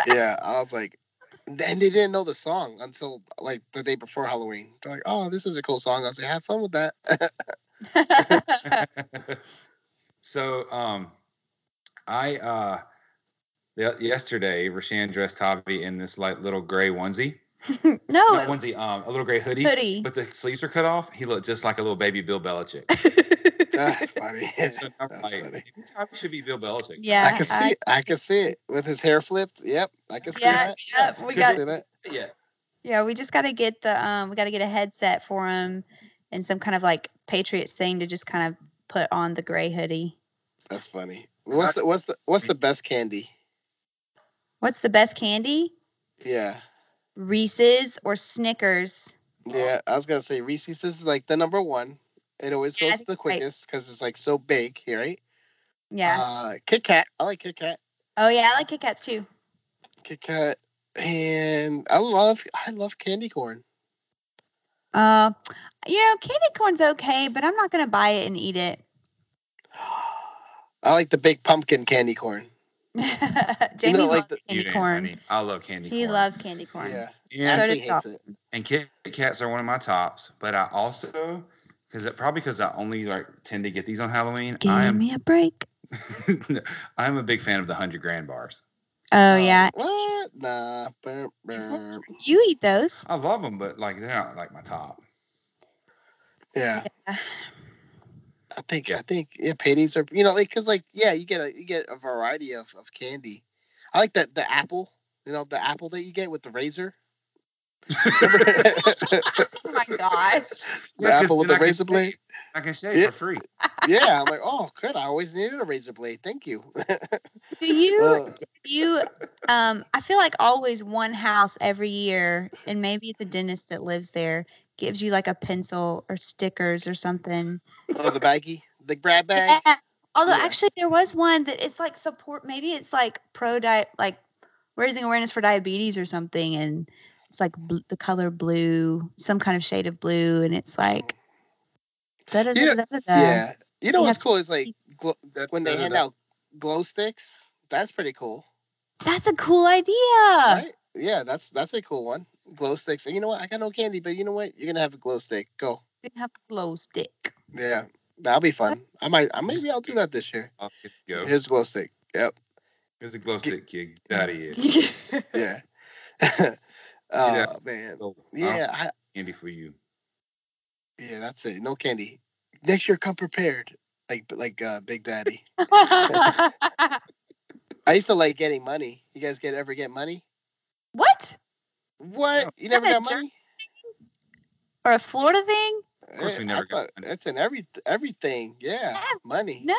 [SPEAKER 3] Yeah, I was like, and they didn't know the song until like the day before Halloween. They're like, oh, this is a cool song. I was like, have fun with that.
[SPEAKER 1] so, um, I uh, the, yesterday, Rashan dressed Tavi in this like little gray onesie,
[SPEAKER 2] no,
[SPEAKER 1] not onesie, um, a little gray hoodie,
[SPEAKER 2] Oh, hoodie.
[SPEAKER 1] but the sleeves are cut off. He looked just like a little baby Bill Belichick.
[SPEAKER 3] That's funny.
[SPEAKER 1] so I'm
[SPEAKER 3] That's
[SPEAKER 1] like,
[SPEAKER 3] funny.
[SPEAKER 1] maybe Tavi should be Bill Belichick.
[SPEAKER 2] yeah.
[SPEAKER 3] I can see it. I can see it with his hair flipped. Yep, I can see
[SPEAKER 2] Yeah,
[SPEAKER 3] that.
[SPEAKER 2] yeah, we
[SPEAKER 3] I can
[SPEAKER 2] got-
[SPEAKER 3] see that.
[SPEAKER 1] yeah.
[SPEAKER 2] Yeah, we just got to get the um, we got to get a headset for him and some kind of like Patriots thing to just kind of put on the gray hoodie.
[SPEAKER 3] That's funny. What's the what's the what's the best candy?
[SPEAKER 2] What's the best candy?
[SPEAKER 3] Yeah,
[SPEAKER 2] Reese's or Snickers?
[SPEAKER 3] yeah. I was gonna say Reese's is like the number one. It always
[SPEAKER 2] Yeah, I
[SPEAKER 3] goes to
[SPEAKER 2] think
[SPEAKER 3] the
[SPEAKER 2] you're right.
[SPEAKER 3] quickest because it's like so big, right?
[SPEAKER 2] Yeah.
[SPEAKER 3] Uh, Kit Kat. I like Kit Kat.
[SPEAKER 2] oh yeah, I like Kit Kats too.
[SPEAKER 3] Kit Kat. And I love I love candy corn.
[SPEAKER 2] Uh, you know, candy corn's okay, but I'm not gonna buy it and eat it.
[SPEAKER 3] I like the big pumpkin candy corn.
[SPEAKER 2] Jamie
[SPEAKER 3] like
[SPEAKER 2] loves
[SPEAKER 3] the-
[SPEAKER 1] You
[SPEAKER 2] candy
[SPEAKER 1] didn't,
[SPEAKER 2] corn.
[SPEAKER 1] honey. I love candy
[SPEAKER 2] He
[SPEAKER 1] corn.
[SPEAKER 2] loves candy corn.
[SPEAKER 3] Yeah,
[SPEAKER 1] And,
[SPEAKER 3] Ashley
[SPEAKER 2] So does
[SPEAKER 3] hates it.
[SPEAKER 1] and Kit Kats are one of my tops, but I also because probably because I only like tend to get these on Halloween.
[SPEAKER 2] Give
[SPEAKER 1] I am
[SPEAKER 2] me a break.
[SPEAKER 1] I'm a big fan of the hundred grand bars.
[SPEAKER 2] Oh
[SPEAKER 3] Um,
[SPEAKER 2] yeah,
[SPEAKER 3] What? Nah. burp, burp.
[SPEAKER 2] you eat those.
[SPEAKER 1] I love them, but like they're not like my top.
[SPEAKER 3] Yeah.
[SPEAKER 2] Yeah.
[SPEAKER 3] I think
[SPEAKER 1] Yeah.
[SPEAKER 3] I think yeah, paydays are you know like because like yeah you get a you get a variety of, of candy. I like that the apple you know the apple that you get with the razor. the
[SPEAKER 2] Oh my gosh.
[SPEAKER 1] Yeah, 'cause
[SPEAKER 3] apple with
[SPEAKER 1] then
[SPEAKER 3] the
[SPEAKER 1] I can
[SPEAKER 3] razor
[SPEAKER 1] shave-
[SPEAKER 3] blade.
[SPEAKER 1] I can shave
[SPEAKER 3] Yeah.
[SPEAKER 1] for free.
[SPEAKER 3] Yeah, I'm like oh good. I always needed a razor blade. Thank you.
[SPEAKER 2] Do you
[SPEAKER 3] Uh,
[SPEAKER 2] you um i feel like always one house every year and maybe the dentist that lives there gives you like a pencil or stickers or something
[SPEAKER 3] oh, the baggie, the grab bag.
[SPEAKER 2] Yeah. although
[SPEAKER 3] Yeah.
[SPEAKER 2] actually there was one that it's like support maybe it's like pro diet like raising awareness for diabetes or something and it's like bl- the color blue some kind of shade of blue and it's like da da da da da.
[SPEAKER 3] Yeah. You know
[SPEAKER 2] You
[SPEAKER 3] what's
[SPEAKER 2] have
[SPEAKER 3] cool is like gl- when they hand out glow sticks. that's pretty cool.
[SPEAKER 2] That's a cool idea.
[SPEAKER 3] Right? Yeah, that's that's a cool one. Glow sticks. And you know what? I got no candy, but you know what? You're gonna have a glow stick. Go.
[SPEAKER 2] They have glow stick.
[SPEAKER 3] Yeah, that'll be fun. I might. I maybe I'll do that this year.
[SPEAKER 1] Oh, here you go.
[SPEAKER 3] Here's a glow stick. Yep.
[SPEAKER 1] Here's a glow stick, kid. Get out of here.
[SPEAKER 3] Yeah. oh
[SPEAKER 1] Yeah. So, I
[SPEAKER 3] man.
[SPEAKER 1] don't
[SPEAKER 3] Yeah. I,
[SPEAKER 1] have candy for you.
[SPEAKER 3] yeah. That's it. No candy. Next year, come prepared. Like like uh, Big Daddy. I used to like getting money. You guys get ever get money?
[SPEAKER 2] what?
[SPEAKER 3] What? You never
[SPEAKER 2] I'm a
[SPEAKER 3] got money?
[SPEAKER 2] Or a Florida thing?
[SPEAKER 3] Of
[SPEAKER 1] course we never got money.
[SPEAKER 3] Eh, That's in every everything. Yeah,
[SPEAKER 2] Yeah,
[SPEAKER 3] money.
[SPEAKER 2] no.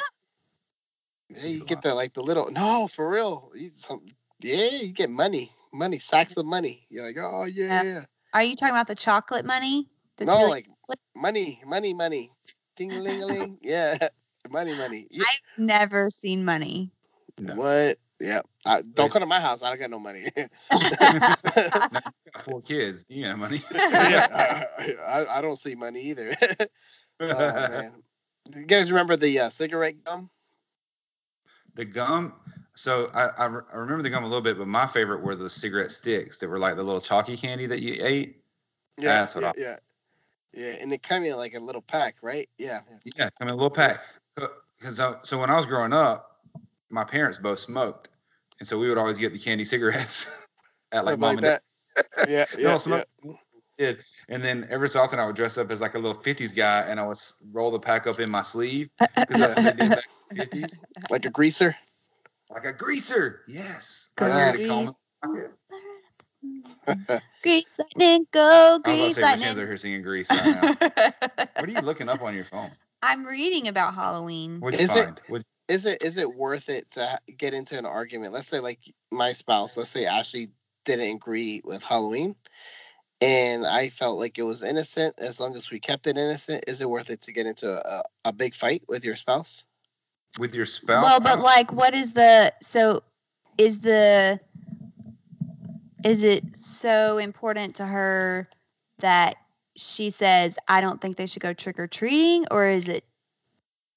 [SPEAKER 3] Yeah, you
[SPEAKER 1] It's a
[SPEAKER 3] get
[SPEAKER 1] lot.
[SPEAKER 3] the like the little. No, for real. You, some, yeah, you get money, money sacks of money. You're like, oh yeah.
[SPEAKER 2] Yeah.
[SPEAKER 3] yeah.
[SPEAKER 2] Are you talking about the chocolate money? That's
[SPEAKER 3] no,
[SPEAKER 2] really-
[SPEAKER 3] like money, money, money. Ding a ling a ling. Yeah, money, money. You-
[SPEAKER 2] I've never seen money.
[SPEAKER 1] No.
[SPEAKER 3] What? Yeah. I, don't come to my house. I don't got no money.
[SPEAKER 1] Got four kids. You got money.
[SPEAKER 3] I, I, I don't see money either. oh, man. You guys remember the uh, cigarette gum?
[SPEAKER 1] the gum. So I, I, re- I remember the gum a little bit, but my favorite were the cigarette sticks that were like the little chalky candy that you ate.
[SPEAKER 3] Yeah,
[SPEAKER 1] That's what
[SPEAKER 3] yeah,
[SPEAKER 1] I-
[SPEAKER 3] yeah, yeah, and it come in like a little pack, right? Yeah,
[SPEAKER 1] Yeah, I mean a little pack. Because so when I was growing up, my parents both smoked, and so we would always get the candy cigarettes at like
[SPEAKER 3] Something
[SPEAKER 1] mom and dad.
[SPEAKER 3] Yeah,
[SPEAKER 1] They all
[SPEAKER 3] yeah, yeah.
[SPEAKER 1] smoked. Did. And then every so often I would dress up as like a little '50s guy, and I would s- roll the pack up in my sleeve because that's what they did back in the '50s,
[SPEAKER 3] like a greaser.
[SPEAKER 1] like a greaser. Yes, I carried a comb in my pocket.
[SPEAKER 2] Grease lightning, go
[SPEAKER 1] I was about to
[SPEAKER 2] grease
[SPEAKER 1] say, Rich hands
[SPEAKER 2] lightning.
[SPEAKER 1] over here singing Grease right now. what are you looking up on your phone?
[SPEAKER 2] I'm reading about Halloween.
[SPEAKER 1] What'd you
[SPEAKER 3] Is it-
[SPEAKER 1] find? What,
[SPEAKER 3] Is it is it worth it to ha- get into an argument? Let's say like my spouse, let's say Ashley didn't agree with Halloween, and I felt like it was innocent. As long as we kept it innocent, is it worth it to get into a, a big fight with your spouse?
[SPEAKER 1] with your spouse?
[SPEAKER 2] Well,
[SPEAKER 1] I
[SPEAKER 2] but
[SPEAKER 1] don't-
[SPEAKER 2] like, what is the so? Is the is it so important to her that she says I don't think they should go trick or treating, or is it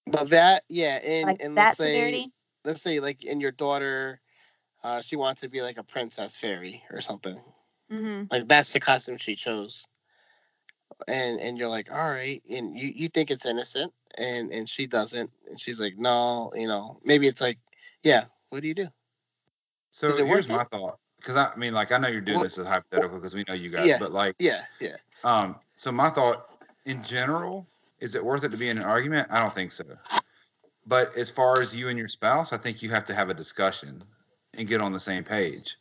[SPEAKER 3] But that, yeah, and
[SPEAKER 2] like
[SPEAKER 3] and
[SPEAKER 2] that
[SPEAKER 3] let's say
[SPEAKER 2] severity?
[SPEAKER 3] let's say like in your daughter, uh, she wants to be like a princess fairy or something.
[SPEAKER 2] Mm-hmm.
[SPEAKER 3] like that's the costume she chose and and you're like all right and you you think it's innocent and and she doesn't and she's like no you know maybe it's like yeah what do you do
[SPEAKER 1] so
[SPEAKER 3] is it
[SPEAKER 1] here's
[SPEAKER 3] worth
[SPEAKER 1] my thought. Because I, I mean, like, I know you're doing
[SPEAKER 3] Well-
[SPEAKER 1] this as hypothetical because we know you guys,
[SPEAKER 3] Yeah.
[SPEAKER 1] but like,
[SPEAKER 3] yeah yeah
[SPEAKER 1] um, so my thought in general, is it worth it to be in an argument? I don't think so. But as far as you and your spouse, I think you have to have a discussion and get on the same page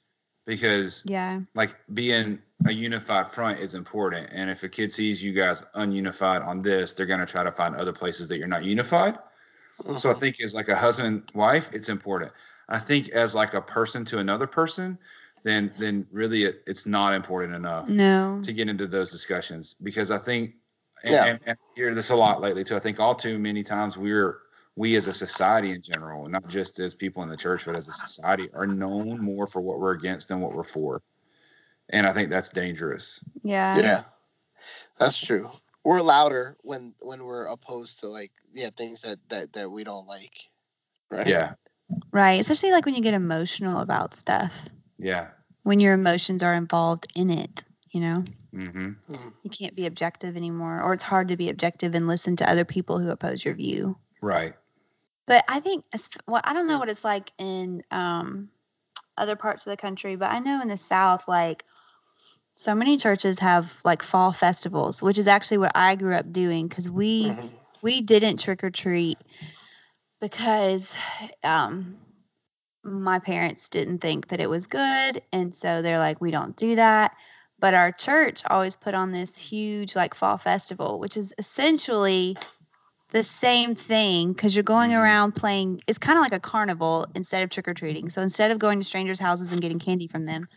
[SPEAKER 1] because
[SPEAKER 2] Yeah.
[SPEAKER 1] like being a unified front is important. And if a kid sees you guys ununified on this, they're going to try to find other places that you're not unified. So I think as like a husband wife, it's important. I think as like a person to another person, then then really it, it's not important enough
[SPEAKER 2] No.
[SPEAKER 1] to get into those discussions because I think and,
[SPEAKER 3] Yeah.
[SPEAKER 1] and, and I hear this a lot lately too. I think all too many times we're we as a society in general, not just as people in the church, but as a society, are known more for what we're against than what we're for. And I think that's dangerous.
[SPEAKER 2] Yeah.
[SPEAKER 3] yeah that's true we're louder when when we're opposed to like yeah things that that that we don't like right
[SPEAKER 1] Yeah.
[SPEAKER 2] Right. Especially like when you get emotional about stuff,
[SPEAKER 1] Yeah.
[SPEAKER 2] when your emotions are involved in it, you know?
[SPEAKER 1] Mm-hmm.
[SPEAKER 2] You can't be objective anymore, or it's hard to be objective and listen to other people who oppose your view.
[SPEAKER 1] Right.
[SPEAKER 2] But I think, as- well, I don't know what it's like in um, other parts of the country, but I know in the South, like, so many churches have like fall festivals, which is actually what I grew up doing because we.
[SPEAKER 3] Mhm.
[SPEAKER 2] we didn't trick or treat because um, my parents didn't think that it was good and so they're like we don't do that but our church always put on this huge like fall festival which is essentially the same thing because you're going
[SPEAKER 1] Mhm.
[SPEAKER 2] around playing it's kind of like a carnival instead of trick or treating so instead of going to strangers houses and getting candy from them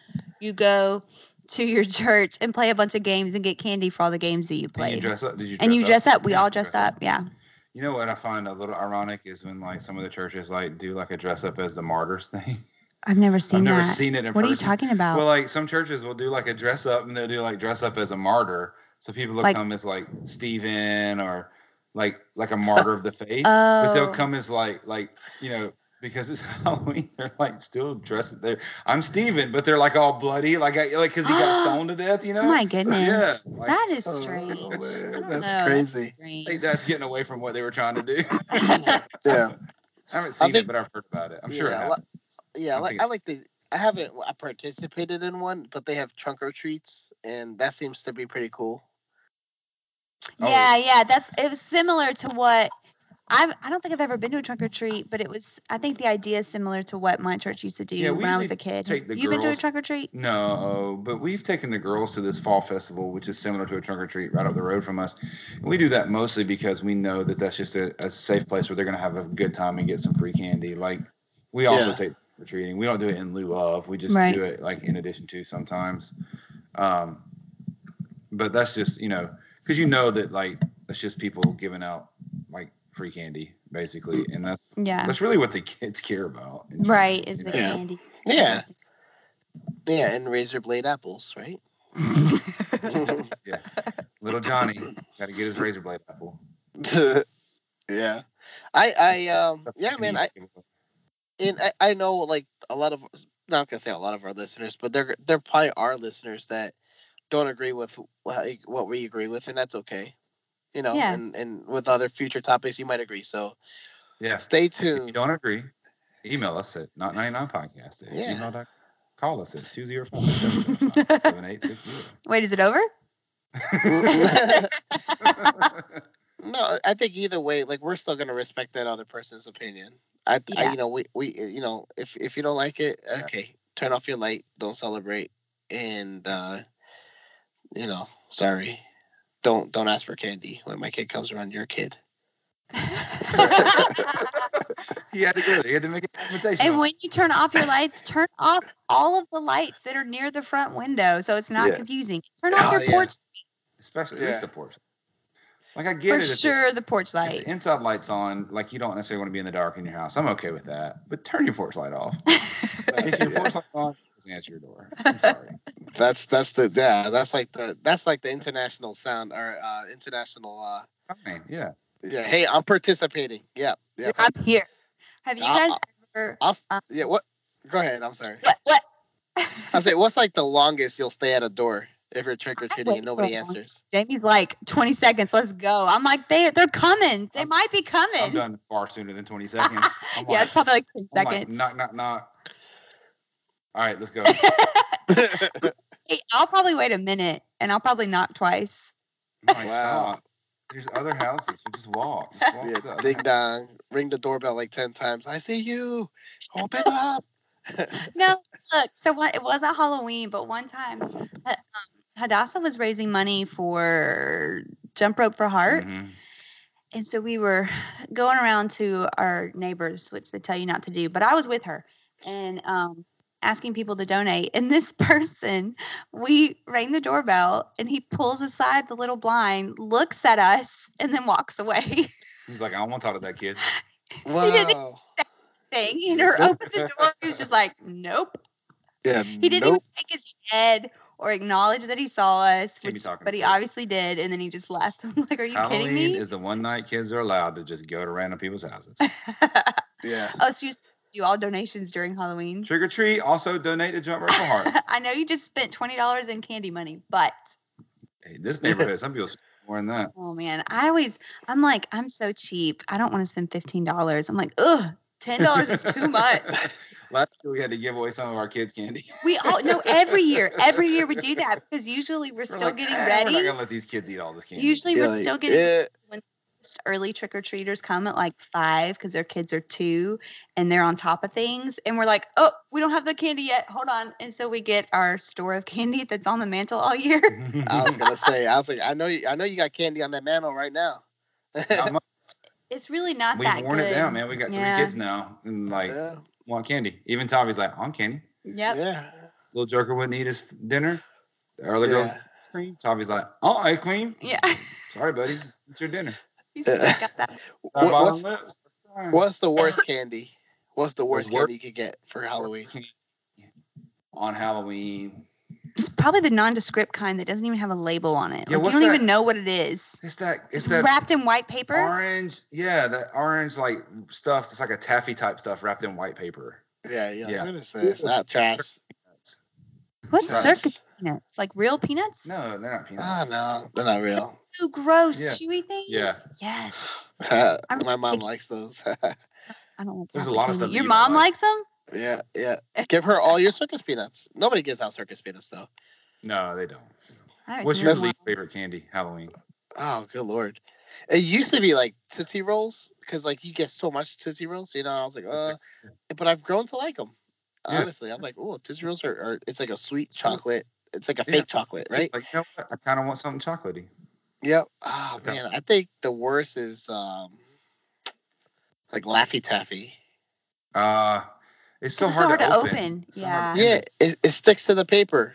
[SPEAKER 2] you go to your church and play a bunch of games and get candy for all the games that you
[SPEAKER 1] And you
[SPEAKER 2] played
[SPEAKER 1] dress up. Did you?
[SPEAKER 2] and you dress up. We
[SPEAKER 1] Yeah,
[SPEAKER 2] all
[SPEAKER 1] you
[SPEAKER 2] dressed up. Yeah.
[SPEAKER 1] You know what I find a little ironic is when like some of the churches like do like a dress up as the martyrs thing.
[SPEAKER 2] I've never seen
[SPEAKER 1] I've never
[SPEAKER 2] that.
[SPEAKER 1] seen it in
[SPEAKER 2] what are
[SPEAKER 1] person.
[SPEAKER 2] you talking about?
[SPEAKER 1] Well, like some churches will do like a dress up and they'll do like dress up as a martyr. So people will
[SPEAKER 2] Like-
[SPEAKER 1] come as like Stephen or like like a martyr of the faith.
[SPEAKER 2] oh,
[SPEAKER 1] But they'll come as like like you know because it's Halloween. They're like still dressed. There, I'm Steven, but they're like all bloody, like I, like because he got stoned to death. You know?
[SPEAKER 2] Oh my goodness.
[SPEAKER 1] Yeah, like,
[SPEAKER 2] that is
[SPEAKER 3] Oh,
[SPEAKER 2] strange.
[SPEAKER 3] man,
[SPEAKER 2] I don't
[SPEAKER 3] that's
[SPEAKER 2] know.
[SPEAKER 3] crazy.
[SPEAKER 1] I think
[SPEAKER 2] strange.
[SPEAKER 1] that's getting away from what they were trying to do.
[SPEAKER 3] Yeah.
[SPEAKER 1] I haven't seen
[SPEAKER 3] think-
[SPEAKER 1] it, but I've heard about it. I'm sure it
[SPEAKER 3] Yeah,
[SPEAKER 1] happened.
[SPEAKER 3] li- yeah,
[SPEAKER 1] I
[SPEAKER 3] I like,
[SPEAKER 1] think-
[SPEAKER 3] I like the. I haven't. I participated in one, but they have trunk or treats, and that seems to be pretty cool.
[SPEAKER 1] Oh.
[SPEAKER 2] Yeah, yeah. That's it was similar to what I I don't think I've ever been to a trunk or treat, but it was I think the idea is similar to what my church used to do
[SPEAKER 1] Yeah, we
[SPEAKER 2] when I was
[SPEAKER 1] usually
[SPEAKER 2] a kid.
[SPEAKER 1] take the
[SPEAKER 2] you been to a
[SPEAKER 1] girls-
[SPEAKER 2] trunk or treat?
[SPEAKER 1] No, but we've taken the girls to this fall festival, which is similar to a trunk or treat right up the road from us. And we do that mostly because we know that that's just a, a safe place where they're going to have a good time and get some free candy. Like we also
[SPEAKER 3] Yeah.
[SPEAKER 1] take retreating. We don't do it in lieu of. We just
[SPEAKER 2] Right.
[SPEAKER 1] do it like in addition to sometimes. Um, but that's just you know because you know that like that's just people giving out like free candy basically, and that's
[SPEAKER 2] Yeah.
[SPEAKER 1] that's really what the kids care about. in general,
[SPEAKER 2] Right, is
[SPEAKER 1] you
[SPEAKER 2] the
[SPEAKER 1] know?
[SPEAKER 3] Yeah.
[SPEAKER 2] candy.
[SPEAKER 3] Yeah, yeah, and razor blade apples, right?
[SPEAKER 1] Little Johnny got to get his razor blade apple.
[SPEAKER 3] yeah, I, I, um, yeah, man, I, and I, I know like a lot of not gonna say a lot of our listeners, but there there probably are listeners that don't agree with like, what we agree with, and that's okay. You know,
[SPEAKER 2] Yeah.
[SPEAKER 3] and and with other future topics, you might agree. So
[SPEAKER 1] yeah.
[SPEAKER 3] stay
[SPEAKER 1] If you
[SPEAKER 3] tuned.
[SPEAKER 1] don't agree, email us at not 99 podcast at
[SPEAKER 3] Yeah.
[SPEAKER 1] gmail.com. Call us at 204 775 7860.
[SPEAKER 2] Wait, is it over?
[SPEAKER 3] No, I think either way, like we're still gonna respect that other person's opinion. I, I
[SPEAKER 2] Yeah.
[SPEAKER 3] you know, we, we eh, you know, if if you don't like it,
[SPEAKER 1] Yeah.
[SPEAKER 3] okay, turn off your light, don't celebrate, and uh, you know, sorry, don't don't ask for candy when my kid comes around your kid.
[SPEAKER 1] He had to go there. He had to make an invitation.
[SPEAKER 2] and when you turn off your lights, turn off all of the lights that are near the front window so it's not
[SPEAKER 3] Yeah.
[SPEAKER 2] confusing.
[SPEAKER 3] confusing.
[SPEAKER 2] Turn off
[SPEAKER 3] Oh,
[SPEAKER 2] your
[SPEAKER 3] yeah.
[SPEAKER 2] porch
[SPEAKER 1] Especially
[SPEAKER 3] Yeah.
[SPEAKER 1] at least the porch. Like, I get
[SPEAKER 2] for
[SPEAKER 1] it. if the-
[SPEAKER 2] sure, the porch
[SPEAKER 1] if
[SPEAKER 2] light.
[SPEAKER 1] the inside light's on, like, you don't necessarily want to be in the dark in your house. I'm okay with that. But turn your porch light off. if your porch light's on, just answer your door. I'm sorry.
[SPEAKER 3] That's that's the yeah, that's like the that's like the international sound or uh international uh
[SPEAKER 1] Fine. Yeah.
[SPEAKER 3] yeah, hey, I'm participating. Yeah, yeah.
[SPEAKER 2] I'm here. Have you
[SPEAKER 3] Uh,
[SPEAKER 2] guys
[SPEAKER 3] uh,
[SPEAKER 2] ever?
[SPEAKER 3] I'll s- yeah, what go ahead, I'm sorry.
[SPEAKER 2] What? What?
[SPEAKER 3] I say, what's like the longest you'll stay at a door if you're trick or treating
[SPEAKER 2] wait
[SPEAKER 3] and nobody
[SPEAKER 2] for a long-
[SPEAKER 3] answers?
[SPEAKER 2] Jamie's like 20 seconds. Let's go. I'm like they they're coming. They
[SPEAKER 1] I'm-
[SPEAKER 2] might be coming.
[SPEAKER 1] I'm done far sooner than 20 seconds. I'm
[SPEAKER 2] yeah, it's
[SPEAKER 1] like-
[SPEAKER 2] probably like 10
[SPEAKER 1] I'm like,
[SPEAKER 2] seconds.
[SPEAKER 1] knock, knock, knock. All right, let's go.
[SPEAKER 2] Hey, I'll probably wait a minute and I'll probably knock twice.
[SPEAKER 1] Nice
[SPEAKER 3] Wow.
[SPEAKER 1] stop. There's other houses. We just walk. Just walk to the
[SPEAKER 3] yeah,
[SPEAKER 1] other
[SPEAKER 3] ding dong, ring the doorbell like ten times. I see you. Open up.
[SPEAKER 2] No, look. So what, it wasn't Halloween, but one time uh, um, Hadassah was raising money for Jump Rope for Heart.
[SPEAKER 1] Mhm.
[SPEAKER 2] And so we were going around to our neighbors, which they tell you not to do, but I was with her and um, asking people to donate. And this person, we rang the doorbell and he pulls aside the little blind, looks at us, and then walks away.
[SPEAKER 1] He's like, I don't want to talk to that kid.
[SPEAKER 2] didn't-
[SPEAKER 3] Wow.
[SPEAKER 2] Thing and her opened the door. He was just like, nope.
[SPEAKER 3] Yeah.
[SPEAKER 2] He didn't
[SPEAKER 3] nope.
[SPEAKER 2] even shake his head or acknowledge that he saw us,
[SPEAKER 1] Can't be
[SPEAKER 2] which,
[SPEAKER 1] talking
[SPEAKER 2] but he
[SPEAKER 1] to us.
[SPEAKER 2] obviously did. And then he just left. I'm like, are you
[SPEAKER 1] Halloween
[SPEAKER 2] kidding me?
[SPEAKER 1] is the one night kids are allowed to just go to random people's houses.
[SPEAKER 3] Yeah.
[SPEAKER 2] oh, so you do all donations during Halloween?
[SPEAKER 1] Trick or treat. Also donate to Jump Rope for Heart.
[SPEAKER 2] I know you just spent twenty dollars in candy money, but
[SPEAKER 1] Hey, this neighborhood, some people spend more than that.
[SPEAKER 2] oh man, I always I'm like I'm so cheap. I don't want to spend fifteen dollars. I'm like ugh, ten dollars is too much.
[SPEAKER 1] Last year we had to give away some of our kids' candy.
[SPEAKER 2] We all no every year, every year we do that because usually we're still
[SPEAKER 1] like,
[SPEAKER 2] getting
[SPEAKER 1] "Ah, We're not
[SPEAKER 2] ready.
[SPEAKER 1] gonna let these kids eat all this candy.
[SPEAKER 2] Usually
[SPEAKER 3] Yeah,
[SPEAKER 2] we're
[SPEAKER 3] like,
[SPEAKER 2] still getting
[SPEAKER 3] yeah.
[SPEAKER 2] most early trick or treaters come at like five because their kids are two and they're on top of things. And we're like, oh, we don't have the candy yet. Hold on. And so we get our store of candy that's on the mantle all year.
[SPEAKER 3] I
[SPEAKER 2] Oh,
[SPEAKER 3] was gonna say, I was like, I know you I know you got candy on that mantle right now.
[SPEAKER 1] Not much.
[SPEAKER 2] It's really not
[SPEAKER 1] We've
[SPEAKER 2] that
[SPEAKER 1] worn
[SPEAKER 2] good.
[SPEAKER 1] it down, man. We got
[SPEAKER 2] Yeah.
[SPEAKER 1] three kids now, and like
[SPEAKER 3] yeah.
[SPEAKER 1] want candy. Even Tavi's like, on candy.
[SPEAKER 2] Yep.
[SPEAKER 3] Yeah.
[SPEAKER 1] Little Joker wouldn't eat his dinner. The other girls
[SPEAKER 3] Yeah.
[SPEAKER 1] ice cream. Tavi's like, oh, ice cream.
[SPEAKER 2] Yeah.
[SPEAKER 1] Sorry, buddy. It's your dinner.
[SPEAKER 2] You still got that.
[SPEAKER 1] Our
[SPEAKER 3] What-
[SPEAKER 1] bottom
[SPEAKER 3] what's,
[SPEAKER 1] lips.
[SPEAKER 3] what's the worst candy? What's the worst
[SPEAKER 1] worst-
[SPEAKER 3] candy you could get for Halloween?
[SPEAKER 1] On Halloween.
[SPEAKER 2] it's probably the nondescript kind that doesn't even have a label on it.
[SPEAKER 1] Yeah,
[SPEAKER 2] Like,
[SPEAKER 1] what's
[SPEAKER 2] you don't
[SPEAKER 1] that?
[SPEAKER 2] even know what it is.
[SPEAKER 1] It's that. It's
[SPEAKER 2] It's
[SPEAKER 1] that
[SPEAKER 2] wrapped in white paper.
[SPEAKER 1] orange. Yeah, that orange like stuff. It's like a taffy type stuff wrapped in white paper.
[SPEAKER 3] Yeah, yeah.
[SPEAKER 1] Yeah.
[SPEAKER 3] What is this? Ah, trash.
[SPEAKER 2] What's
[SPEAKER 1] Nuts.
[SPEAKER 2] circus peanuts? Like real peanuts?
[SPEAKER 1] No, they're not peanuts.
[SPEAKER 3] Oh no, they're not real.
[SPEAKER 2] Ooh, gross,
[SPEAKER 1] Yeah.
[SPEAKER 2] chewy things.
[SPEAKER 1] Yeah.
[SPEAKER 2] Yes.
[SPEAKER 3] My mom likes those.
[SPEAKER 2] I don't like
[SPEAKER 1] There's a lot of
[SPEAKER 2] cotton
[SPEAKER 1] stuff that
[SPEAKER 2] candy. Your
[SPEAKER 1] you don't
[SPEAKER 2] mom
[SPEAKER 1] like.
[SPEAKER 2] likes them?
[SPEAKER 3] yeah, yeah. Give her all your circus peanuts. Nobody gives out circus peanuts though.
[SPEAKER 1] No, they don't.
[SPEAKER 2] I
[SPEAKER 1] What's
[SPEAKER 2] always
[SPEAKER 1] your
[SPEAKER 2] knew
[SPEAKER 1] least
[SPEAKER 2] mom-
[SPEAKER 1] favorite candy? Halloween.
[SPEAKER 3] Oh, good lord. It used to be like Tootsie Rolls because like you get so much Tootsie Rolls, you know. I was like, uh, but I've grown to like them.
[SPEAKER 1] Yeah.
[SPEAKER 3] Honestly, I'm like, oh, Tootsie Rolls are, are it's like a sweet
[SPEAKER 1] cool.
[SPEAKER 3] chocolate. It's like a
[SPEAKER 1] Yeah.
[SPEAKER 3] fake chocolate, right?
[SPEAKER 1] Like, you know what? I kind of want something chocolatey.
[SPEAKER 3] Yep. Oh
[SPEAKER 1] Yeah.
[SPEAKER 3] man, I think the worst is um like Laffy Taffy.
[SPEAKER 1] Uh, it's so,
[SPEAKER 2] It's
[SPEAKER 1] hard, to open. It's so
[SPEAKER 2] Yeah.
[SPEAKER 1] hard to
[SPEAKER 3] Yeah, it, it sticks to the paper.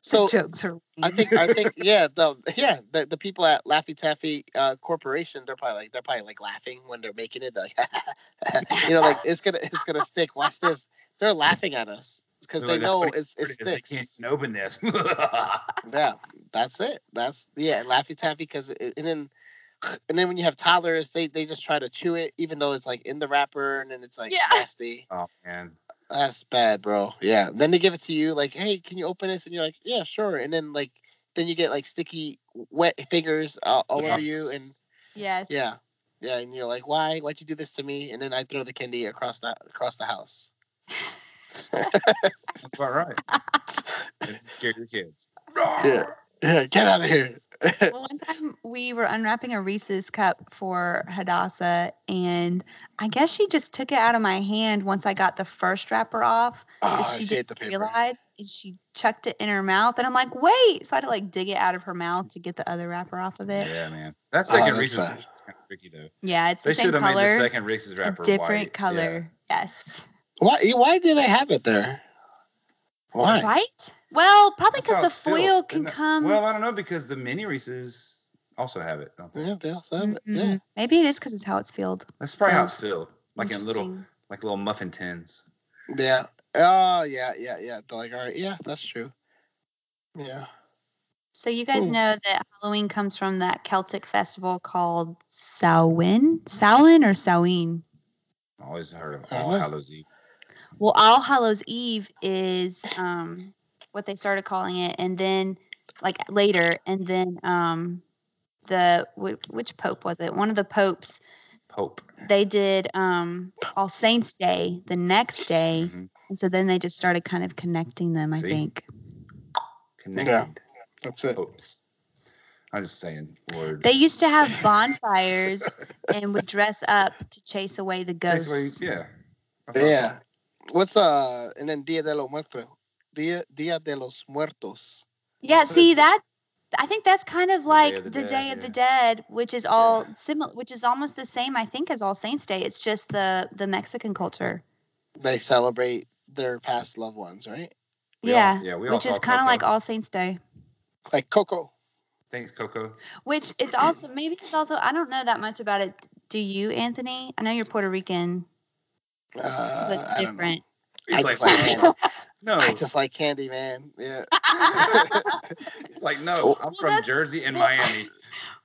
[SPEAKER 3] So
[SPEAKER 2] the jokes are.
[SPEAKER 3] I think I think yeah the yeah the, the people at Laffy Taffy uh, Corporation they're probably like they're probably like laughing when they're making it they're like you know like it's gonna it's gonna stick. Watch this. They're laughing at us because
[SPEAKER 1] They're like,
[SPEAKER 3] they know
[SPEAKER 1] "That's
[SPEAKER 3] it's, it
[SPEAKER 1] Pretty good, they
[SPEAKER 3] sticks.
[SPEAKER 1] can't even open this.
[SPEAKER 3] Yeah, that's it. That's yeah, and Laffy Taffy because and then and then when you have toddlers, they they just try to chew it even though it's like in the wrapper and then it's like
[SPEAKER 2] Yeah.
[SPEAKER 3] nasty.
[SPEAKER 1] oh man,
[SPEAKER 3] That's bad, bro. Yeah. Then they give it to you like, hey, can you open this? And you're like, yeah, sure. And then like then you get like sticky wet fingers all, all over you and
[SPEAKER 2] Yes.
[SPEAKER 3] yeah. Yeah, and you're like, why? Why'd you do this to me? And then I throw the candy across the across the house.
[SPEAKER 1] that's about right. It Scare your kids.
[SPEAKER 3] Yeah. Yeah, get out of here.
[SPEAKER 2] well, one time we were unwrapping a Reese's cup for Hadassah, and I guess she just took it out of my hand once I got the first wrapper off.
[SPEAKER 3] Oh,
[SPEAKER 1] Ah,
[SPEAKER 2] that
[SPEAKER 3] she,
[SPEAKER 2] she didn't
[SPEAKER 3] ate the paper.
[SPEAKER 2] realized, and she chucked it in her mouth, and I'm like, wait! So I had to like dig it out of her mouth to get the other wrapper off of it.
[SPEAKER 1] Yeah, man. That
[SPEAKER 3] Oh,
[SPEAKER 1] second
[SPEAKER 3] that's
[SPEAKER 1] Reese's
[SPEAKER 3] bad.
[SPEAKER 1] wrapper is kind of tricky though.
[SPEAKER 2] Yeah, it's
[SPEAKER 1] They
[SPEAKER 2] the same
[SPEAKER 1] should have
[SPEAKER 2] color,
[SPEAKER 1] made the second Reese's
[SPEAKER 2] a
[SPEAKER 1] wrapper
[SPEAKER 2] different
[SPEAKER 1] white. Yeah.
[SPEAKER 2] color. Yes.
[SPEAKER 3] Why? Why do they have it there? Why?
[SPEAKER 2] Right? Well, probably
[SPEAKER 1] That's how
[SPEAKER 2] because the
[SPEAKER 1] it's filled,
[SPEAKER 2] foil can
[SPEAKER 1] isn't it?
[SPEAKER 2] come.
[SPEAKER 1] Well, I don't know because the mini Reese's also have it. Don't they?
[SPEAKER 3] Yeah, they also have it. Yeah.
[SPEAKER 2] Mm-mm. Mm-hmm. Maybe it is because it's how it's filled.
[SPEAKER 1] That's probably how it's filled, like in little,
[SPEAKER 2] Interesting.
[SPEAKER 1] like little muffin tins.
[SPEAKER 3] Yeah. Oh, yeah, yeah, yeah. They're like, all right, yeah, that's true. Yeah.
[SPEAKER 2] So you guys
[SPEAKER 3] Ooh.
[SPEAKER 2] know that Halloween comes from that Celtic festival called Samhain, Samhain or Samhain.
[SPEAKER 1] I always heard of
[SPEAKER 2] Uh-huh.
[SPEAKER 3] I don't
[SPEAKER 1] All
[SPEAKER 3] know.
[SPEAKER 1] Hallows Eve.
[SPEAKER 2] Well, All Hallows Eve is um, what they started calling it, and then like later, and then um, the wh- which pope was it? One of the popes.
[SPEAKER 1] Pope.
[SPEAKER 2] They did um, All Saints Day the next day,
[SPEAKER 1] Mhm.
[SPEAKER 2] and so then they just started kind of connecting them. I
[SPEAKER 1] See?
[SPEAKER 2] think.
[SPEAKER 1] Connected
[SPEAKER 3] That's it.
[SPEAKER 1] popes. I'm just saying words.
[SPEAKER 2] They used to have bonfires and would dress up to chase away the
[SPEAKER 1] Takes away-
[SPEAKER 2] ghosts.
[SPEAKER 1] yeah.
[SPEAKER 3] Yeah. What's uh and then Dia de los Muertos? Dia Dia de los Muertos.
[SPEAKER 2] Yeah,
[SPEAKER 1] What
[SPEAKER 2] see
[SPEAKER 1] is-
[SPEAKER 2] that's I think that's kind of like the
[SPEAKER 1] of the
[SPEAKER 2] Day of the,
[SPEAKER 1] Dead,
[SPEAKER 2] Dead, which is all
[SPEAKER 3] Yeah.
[SPEAKER 2] similar which is almost the same I think as All Saints Day. It's just the the Mexican culture.
[SPEAKER 3] They celebrate their past loved ones, right?
[SPEAKER 1] We all-
[SPEAKER 2] yeah.
[SPEAKER 1] yeah, we all
[SPEAKER 2] which
[SPEAKER 1] saw
[SPEAKER 2] is kind of
[SPEAKER 1] Coco.
[SPEAKER 2] like All Saints Day,
[SPEAKER 3] Like Coco.
[SPEAKER 1] Thanks, Coco.
[SPEAKER 2] which it's also maybe it's also I don't know that much about it. Do you, Anthony? I know you're Puerto Rican.
[SPEAKER 3] Uh,
[SPEAKER 2] It's like
[SPEAKER 3] I don't know.
[SPEAKER 2] different.
[SPEAKER 1] He's
[SPEAKER 3] just
[SPEAKER 1] like,
[SPEAKER 3] like
[SPEAKER 1] no. no.
[SPEAKER 3] I just like candy, man. Yeah.
[SPEAKER 1] He's like,
[SPEAKER 3] Oh.
[SPEAKER 1] no, I'm
[SPEAKER 2] Well,
[SPEAKER 1] from
[SPEAKER 2] that's-
[SPEAKER 1] Jersey and Miami.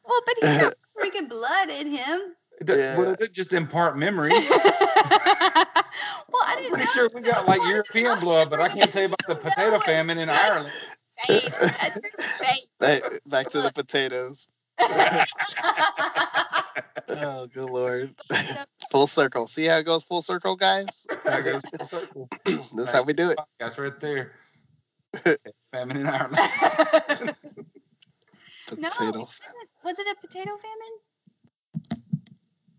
[SPEAKER 2] Well, but he's got freaking blood in him.
[SPEAKER 1] That-
[SPEAKER 3] Yeah.
[SPEAKER 1] well, that just impart
[SPEAKER 2] well,
[SPEAKER 1] memories.
[SPEAKER 2] I
[SPEAKER 1] I'm
[SPEAKER 2] didn't
[SPEAKER 1] pretty
[SPEAKER 2] know
[SPEAKER 1] sure we got like European blood, but I can't tell you about the potato famine in Ireland.
[SPEAKER 2] face. That's your face.
[SPEAKER 3] Ba- Back to the potatoes. Oh, good lord. full circle. See how it goes full circle, guys?
[SPEAKER 1] That goes full circle.
[SPEAKER 3] That's how we do it.
[SPEAKER 1] That's right there. Famine in Ireland.
[SPEAKER 2] No.
[SPEAKER 3] Potato.
[SPEAKER 2] was it a potato famine?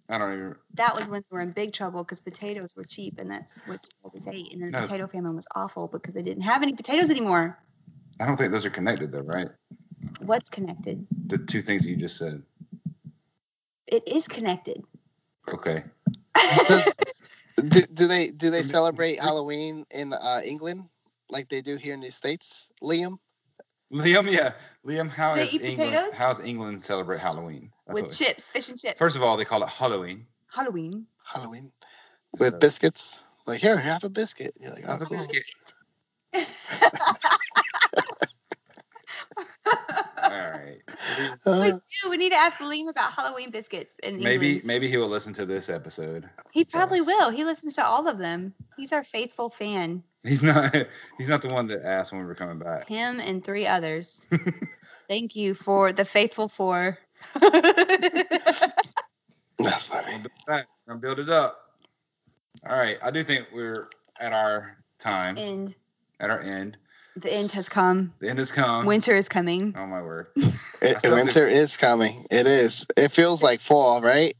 [SPEAKER 1] I don't even.
[SPEAKER 2] That was when we were in big trouble because potatoes were cheap and that's what you always ate. And then the
[SPEAKER 1] No.
[SPEAKER 2] potato famine was awful because they didn't have any potatoes anymore.
[SPEAKER 1] I don't think those are connected though, right?
[SPEAKER 2] What's connected?
[SPEAKER 1] The two things that you just said.
[SPEAKER 2] It is connected.
[SPEAKER 1] Okay.
[SPEAKER 3] Does- Do, do they do they celebrate Halloween in uh, England like they do here in the states, Liam?
[SPEAKER 1] Liam, yeah, Liam, how
[SPEAKER 2] Do they
[SPEAKER 1] is
[SPEAKER 2] eat
[SPEAKER 1] England?
[SPEAKER 2] potatoes?
[SPEAKER 1] How's England celebrate Halloween? That's
[SPEAKER 2] With
[SPEAKER 1] what-
[SPEAKER 2] chips, fish and chips.
[SPEAKER 1] First of all, they call it Halloween.
[SPEAKER 2] Halloween.
[SPEAKER 3] Halloween with
[SPEAKER 1] So-
[SPEAKER 3] biscuits. Like here, have a biscuit. You're like, oh,
[SPEAKER 1] Have a
[SPEAKER 3] cool.
[SPEAKER 1] biscuit.
[SPEAKER 3] uh,
[SPEAKER 2] we do. We need to ask Liam about Halloween biscuits. And
[SPEAKER 1] Maybe maybe he will listen to this episode.
[SPEAKER 2] he probably will. He listens to all of them. He's our faithful fan.
[SPEAKER 1] He's not he's not the one that asked when we were coming back.
[SPEAKER 2] Him and three others. Thank you for the faithful four. That's
[SPEAKER 3] That's funny.
[SPEAKER 1] We'll build it back. We're gonna build it up. All right. I do think we're at our time,
[SPEAKER 2] and
[SPEAKER 1] at our end.
[SPEAKER 2] the end has come.
[SPEAKER 1] The end has come.
[SPEAKER 2] Winter is coming.
[SPEAKER 1] oh my word.
[SPEAKER 3] It,
[SPEAKER 1] sounds
[SPEAKER 3] winter is coming. It is. It feels like fall, right?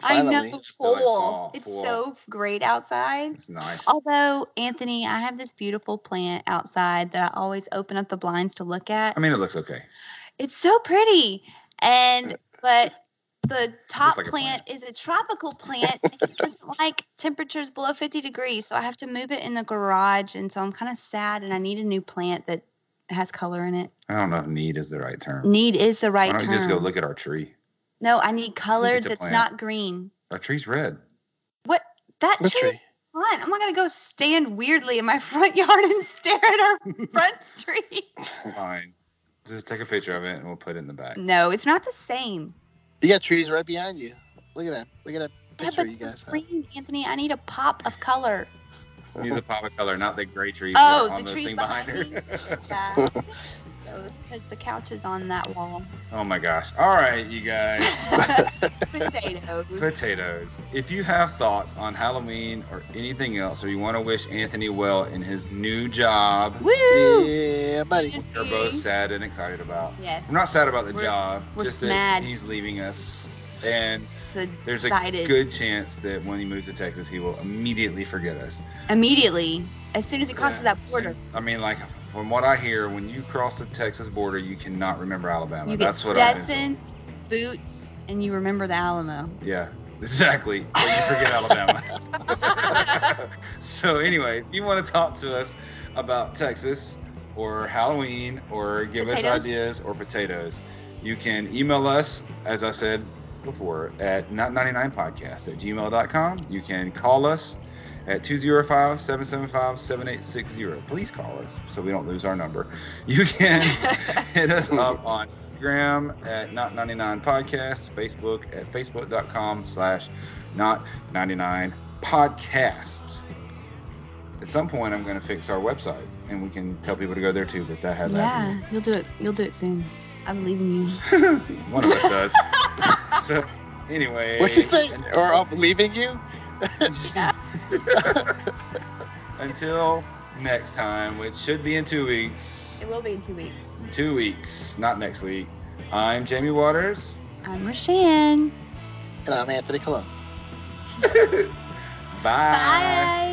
[SPEAKER 2] I know,
[SPEAKER 3] Finally.
[SPEAKER 1] It's still like
[SPEAKER 2] cool.
[SPEAKER 1] fall,
[SPEAKER 2] It's
[SPEAKER 1] fall.
[SPEAKER 2] so great outside.
[SPEAKER 1] It's nice.
[SPEAKER 2] Although, Anthony, I have this beautiful plant outside that I always open up the blinds to look at.
[SPEAKER 1] I mean, it looks okay.
[SPEAKER 2] It's so pretty. And but the top
[SPEAKER 1] uh, like a
[SPEAKER 2] plant,
[SPEAKER 1] plant.
[SPEAKER 2] is a tropical plant. and it doesn't like temperatures below 50 degrees, so I have to move it in the garage and so I'm kind of sad and I need a new plant that has color in it.
[SPEAKER 1] I don't know if need is the right term.
[SPEAKER 2] Need is the right
[SPEAKER 1] Why don't
[SPEAKER 2] term.
[SPEAKER 1] we just go look at our tree?
[SPEAKER 2] no, I need color
[SPEAKER 1] it's a
[SPEAKER 2] that's
[SPEAKER 1] plant.
[SPEAKER 2] not green.
[SPEAKER 1] Our tree's red.
[SPEAKER 2] What that
[SPEAKER 3] What
[SPEAKER 2] tree
[SPEAKER 3] tree?
[SPEAKER 2] fun. I'm not gonna go stand weirdly in my front yard and stare at our front tree.
[SPEAKER 1] Fine. Just take a picture of it and we'll put it in the back.
[SPEAKER 2] No, it's not the same.
[SPEAKER 3] You got trees right behind you. Look at that. Look at that picture you
[SPEAKER 2] it's
[SPEAKER 3] guys have.
[SPEAKER 2] green, Anthony. I need a pop of color.
[SPEAKER 1] Use a pop of color, not the gray trees.
[SPEAKER 2] Oh,
[SPEAKER 1] that are on
[SPEAKER 2] the trees
[SPEAKER 1] thing
[SPEAKER 2] behind
[SPEAKER 1] her.
[SPEAKER 2] Yeah, those because the couch is on that wall.
[SPEAKER 1] oh my gosh. All right, you guys.
[SPEAKER 2] Potatoes.
[SPEAKER 1] potatoes. If you have thoughts on Halloween or anything else, or you want to wish Anthony well in his new job,
[SPEAKER 2] Woo!
[SPEAKER 3] Yeah, buddy.
[SPEAKER 1] we're both sad and excited about.
[SPEAKER 2] Yes.
[SPEAKER 1] We're not sad about the
[SPEAKER 2] We're-
[SPEAKER 1] job,
[SPEAKER 2] we're
[SPEAKER 1] just
[SPEAKER 2] smad.
[SPEAKER 1] that he's leaving us. and There's a
[SPEAKER 2] Excited.
[SPEAKER 1] good chance that when he moves to Texas, he will immediately forget us.
[SPEAKER 2] immediately as soon as he crosses
[SPEAKER 1] Yeah.
[SPEAKER 2] that border.
[SPEAKER 1] I mean, like from what I hear, when you cross the Texas border, you cannot remember Alabama.
[SPEAKER 2] You get
[SPEAKER 1] That's what I
[SPEAKER 2] Stetson, boots, and you remember the Alamo.
[SPEAKER 1] mean. Yeah, exactly. Or you forget Alabama. so anyway, if you want to talk to us about Texas or Halloween or give us
[SPEAKER 2] Potatoes.
[SPEAKER 1] ideas or potatoes, you can email us, as I said before, at not99podcast at gmail.com. You can call us at 205-775-7860. Please call us so we don't lose our number. You can hit us up on Instagram at not99podcast, Facebook at facebook.com slash not99 podcast. At some point, I'm going to fix our website, and we can tell people to go there too. But that hasn't
[SPEAKER 2] yeah, you'll do it. You'll do it soon. I believe in you.
[SPEAKER 1] happened. yet. One of us does. so, anyway,
[SPEAKER 3] What you say? Or I'm leaving you?
[SPEAKER 1] until next time, which should be in two weeks.
[SPEAKER 2] It will be in two weeks.
[SPEAKER 1] Two weeks, not next week. I'm Jamie Waters.
[SPEAKER 2] I'm Rashan.
[SPEAKER 3] And I'm Anthony Colon.
[SPEAKER 1] Bye.
[SPEAKER 2] Bye.